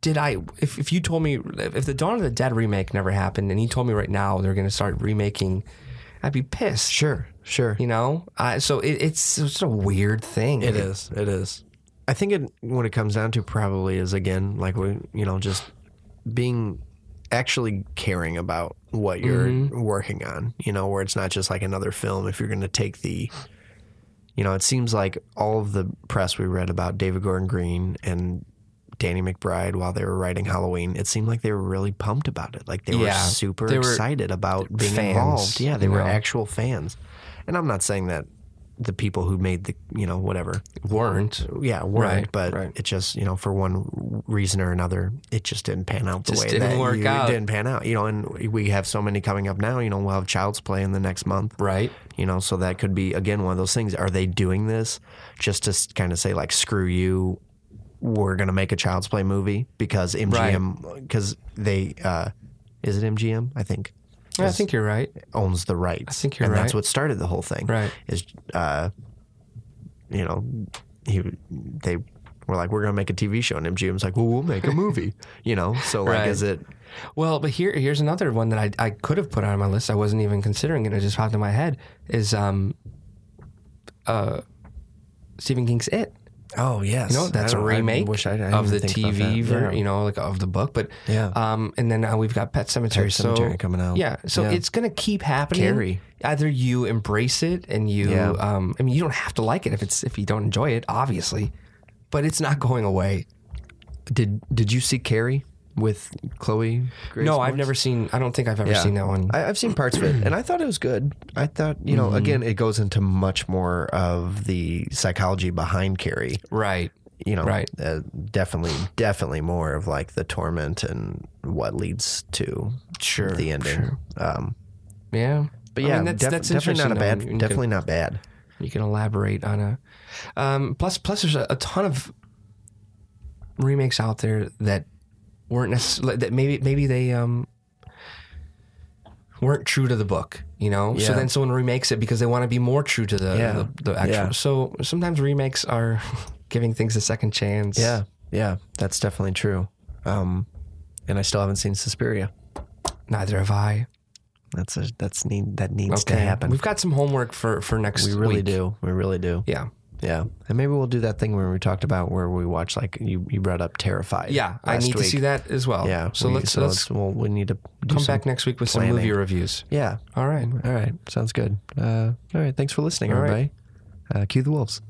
Speaker 1: did I if, if you told me if the Dawn of the Dead remake never happened and you told me right now they're going to start remaking, I'd be pissed.
Speaker 2: Sure, sure.
Speaker 1: You know, I, so it, it's such a weird thing.
Speaker 2: It is. It is. I think it when it comes down to probably is again like we you know just being actually caring about what you're
Speaker 1: Mm-hmm.
Speaker 2: working on. You know, where it's not just like another film. If you're going to take the, you know, it seems like all of the press we read about David Gordon Green and. Danny McBride, while they were writing Halloween, it seemed like they were really pumped about it. Like they were
Speaker 1: Yeah,
Speaker 2: super
Speaker 1: they were
Speaker 2: excited about being
Speaker 1: fans,
Speaker 2: involved. Yeah, they
Speaker 1: you
Speaker 2: were
Speaker 1: know.
Speaker 2: actual fans. And I'm not saying that the people who made the, you know, whatever,
Speaker 1: weren't
Speaker 2: yeah, weren't,
Speaker 1: Right,
Speaker 2: but it just, you know, for one reason or another, it just didn't pan out the
Speaker 1: Just
Speaker 2: way
Speaker 1: didn't
Speaker 2: that
Speaker 1: work
Speaker 2: you-
Speaker 1: out.
Speaker 2: It didn't pan out, you know, and we have so many coming up now, you know, we'll have Child's Play in the next month,
Speaker 1: right.
Speaker 2: you know, so that could be, again, one of those things. Are they doing this just to kind of say, like, screw you, we're going to make a Child's Play movie because MGM, because they, uh, is it MGM? I think
Speaker 1: Yeah, I think you're right.
Speaker 2: owns the rights. I
Speaker 1: think you're
Speaker 2: and that's
Speaker 1: right.
Speaker 2: what started the whole thing.
Speaker 1: Right.
Speaker 2: Is uh, you know, he they were like, we're gonna make a TV show, and MGM's like, well,
Speaker 1: <laughs>
Speaker 2: we'll make a movie. you know, so like,
Speaker 1: Right.
Speaker 2: is it?
Speaker 1: Well, but here here's another one that I, I could have put on my list. I wasn't even considering it. It just popped in my head. Is um uh Stephen King's It.
Speaker 2: Oh yes,
Speaker 1: No, that's a remake of the TV, ver- you know, like of the book. But
Speaker 2: Yeah.
Speaker 1: um, and then now we've got Pet Cemetery. so
Speaker 2: Sematary coming out.
Speaker 1: Yeah, so
Speaker 2: Yeah.
Speaker 1: it's gonna keep happening.
Speaker 2: Carrie.
Speaker 1: Either you embrace it and you,
Speaker 2: Yeah.
Speaker 1: um, I mean, you don't have to like it if it's if you don't enjoy it, obviously, but it's not going away.
Speaker 2: Did Did you see Carrie with Chloe? Grace
Speaker 1: no,
Speaker 2: Moretz?
Speaker 1: I've never seen. I don't think I've ever
Speaker 2: Yeah.
Speaker 1: seen that one. Mm-hmm.
Speaker 2: I, I've seen parts of it, and I thought it was good. I thought, you know, again, it goes into much more of the psychology behind Carrie.
Speaker 1: right.
Speaker 2: you know,
Speaker 1: Right.
Speaker 2: uh, definitely, definitely more of like the torment and what leads to
Speaker 1: Sure.
Speaker 2: the ending. Um,
Speaker 1: Yeah.
Speaker 2: but
Speaker 1: I
Speaker 2: yeah,
Speaker 1: mean, that's,
Speaker 2: def-
Speaker 1: that's
Speaker 2: definitely not a
Speaker 1: interesting,
Speaker 2: bad,
Speaker 1: though. You can-
Speaker 2: definitely not bad.
Speaker 1: you can elaborate on a um, plus plus there's a, a ton of remakes out there that weren't necessarily that maybe maybe they um weren't true to the book you know so
Speaker 2: Yeah.
Speaker 1: then someone remakes it because they want to be more true to the
Speaker 2: Yeah.
Speaker 1: the, the actual
Speaker 2: Yeah.
Speaker 1: so sometimes remakes are <laughs> giving things a second chance
Speaker 2: yeah, that's definitely true. Um, and I still haven't seen Suspiria.
Speaker 1: neither have i
Speaker 2: That's a that's need that needs
Speaker 1: we've got some homework for for next
Speaker 2: We really
Speaker 1: week.
Speaker 2: do. We really do.
Speaker 1: yeah
Speaker 2: Yeah, and maybe we'll do that thing where we talked about where we watch like you, you brought up Terrified.
Speaker 1: Yeah, I
Speaker 2: last
Speaker 1: need to
Speaker 2: week.
Speaker 1: see that as well.
Speaker 2: Yeah,
Speaker 1: So
Speaker 2: we-
Speaker 1: let's let's
Speaker 2: well, we need to do
Speaker 1: come
Speaker 2: some-
Speaker 1: back next week with some
Speaker 2: planning.
Speaker 1: movie reviews.
Speaker 2: Yeah.
Speaker 1: All right.
Speaker 2: All right. Sounds good. Uh, all right. Thanks for listening,
Speaker 1: All right.
Speaker 2: everybody. Uh, cue the wolves.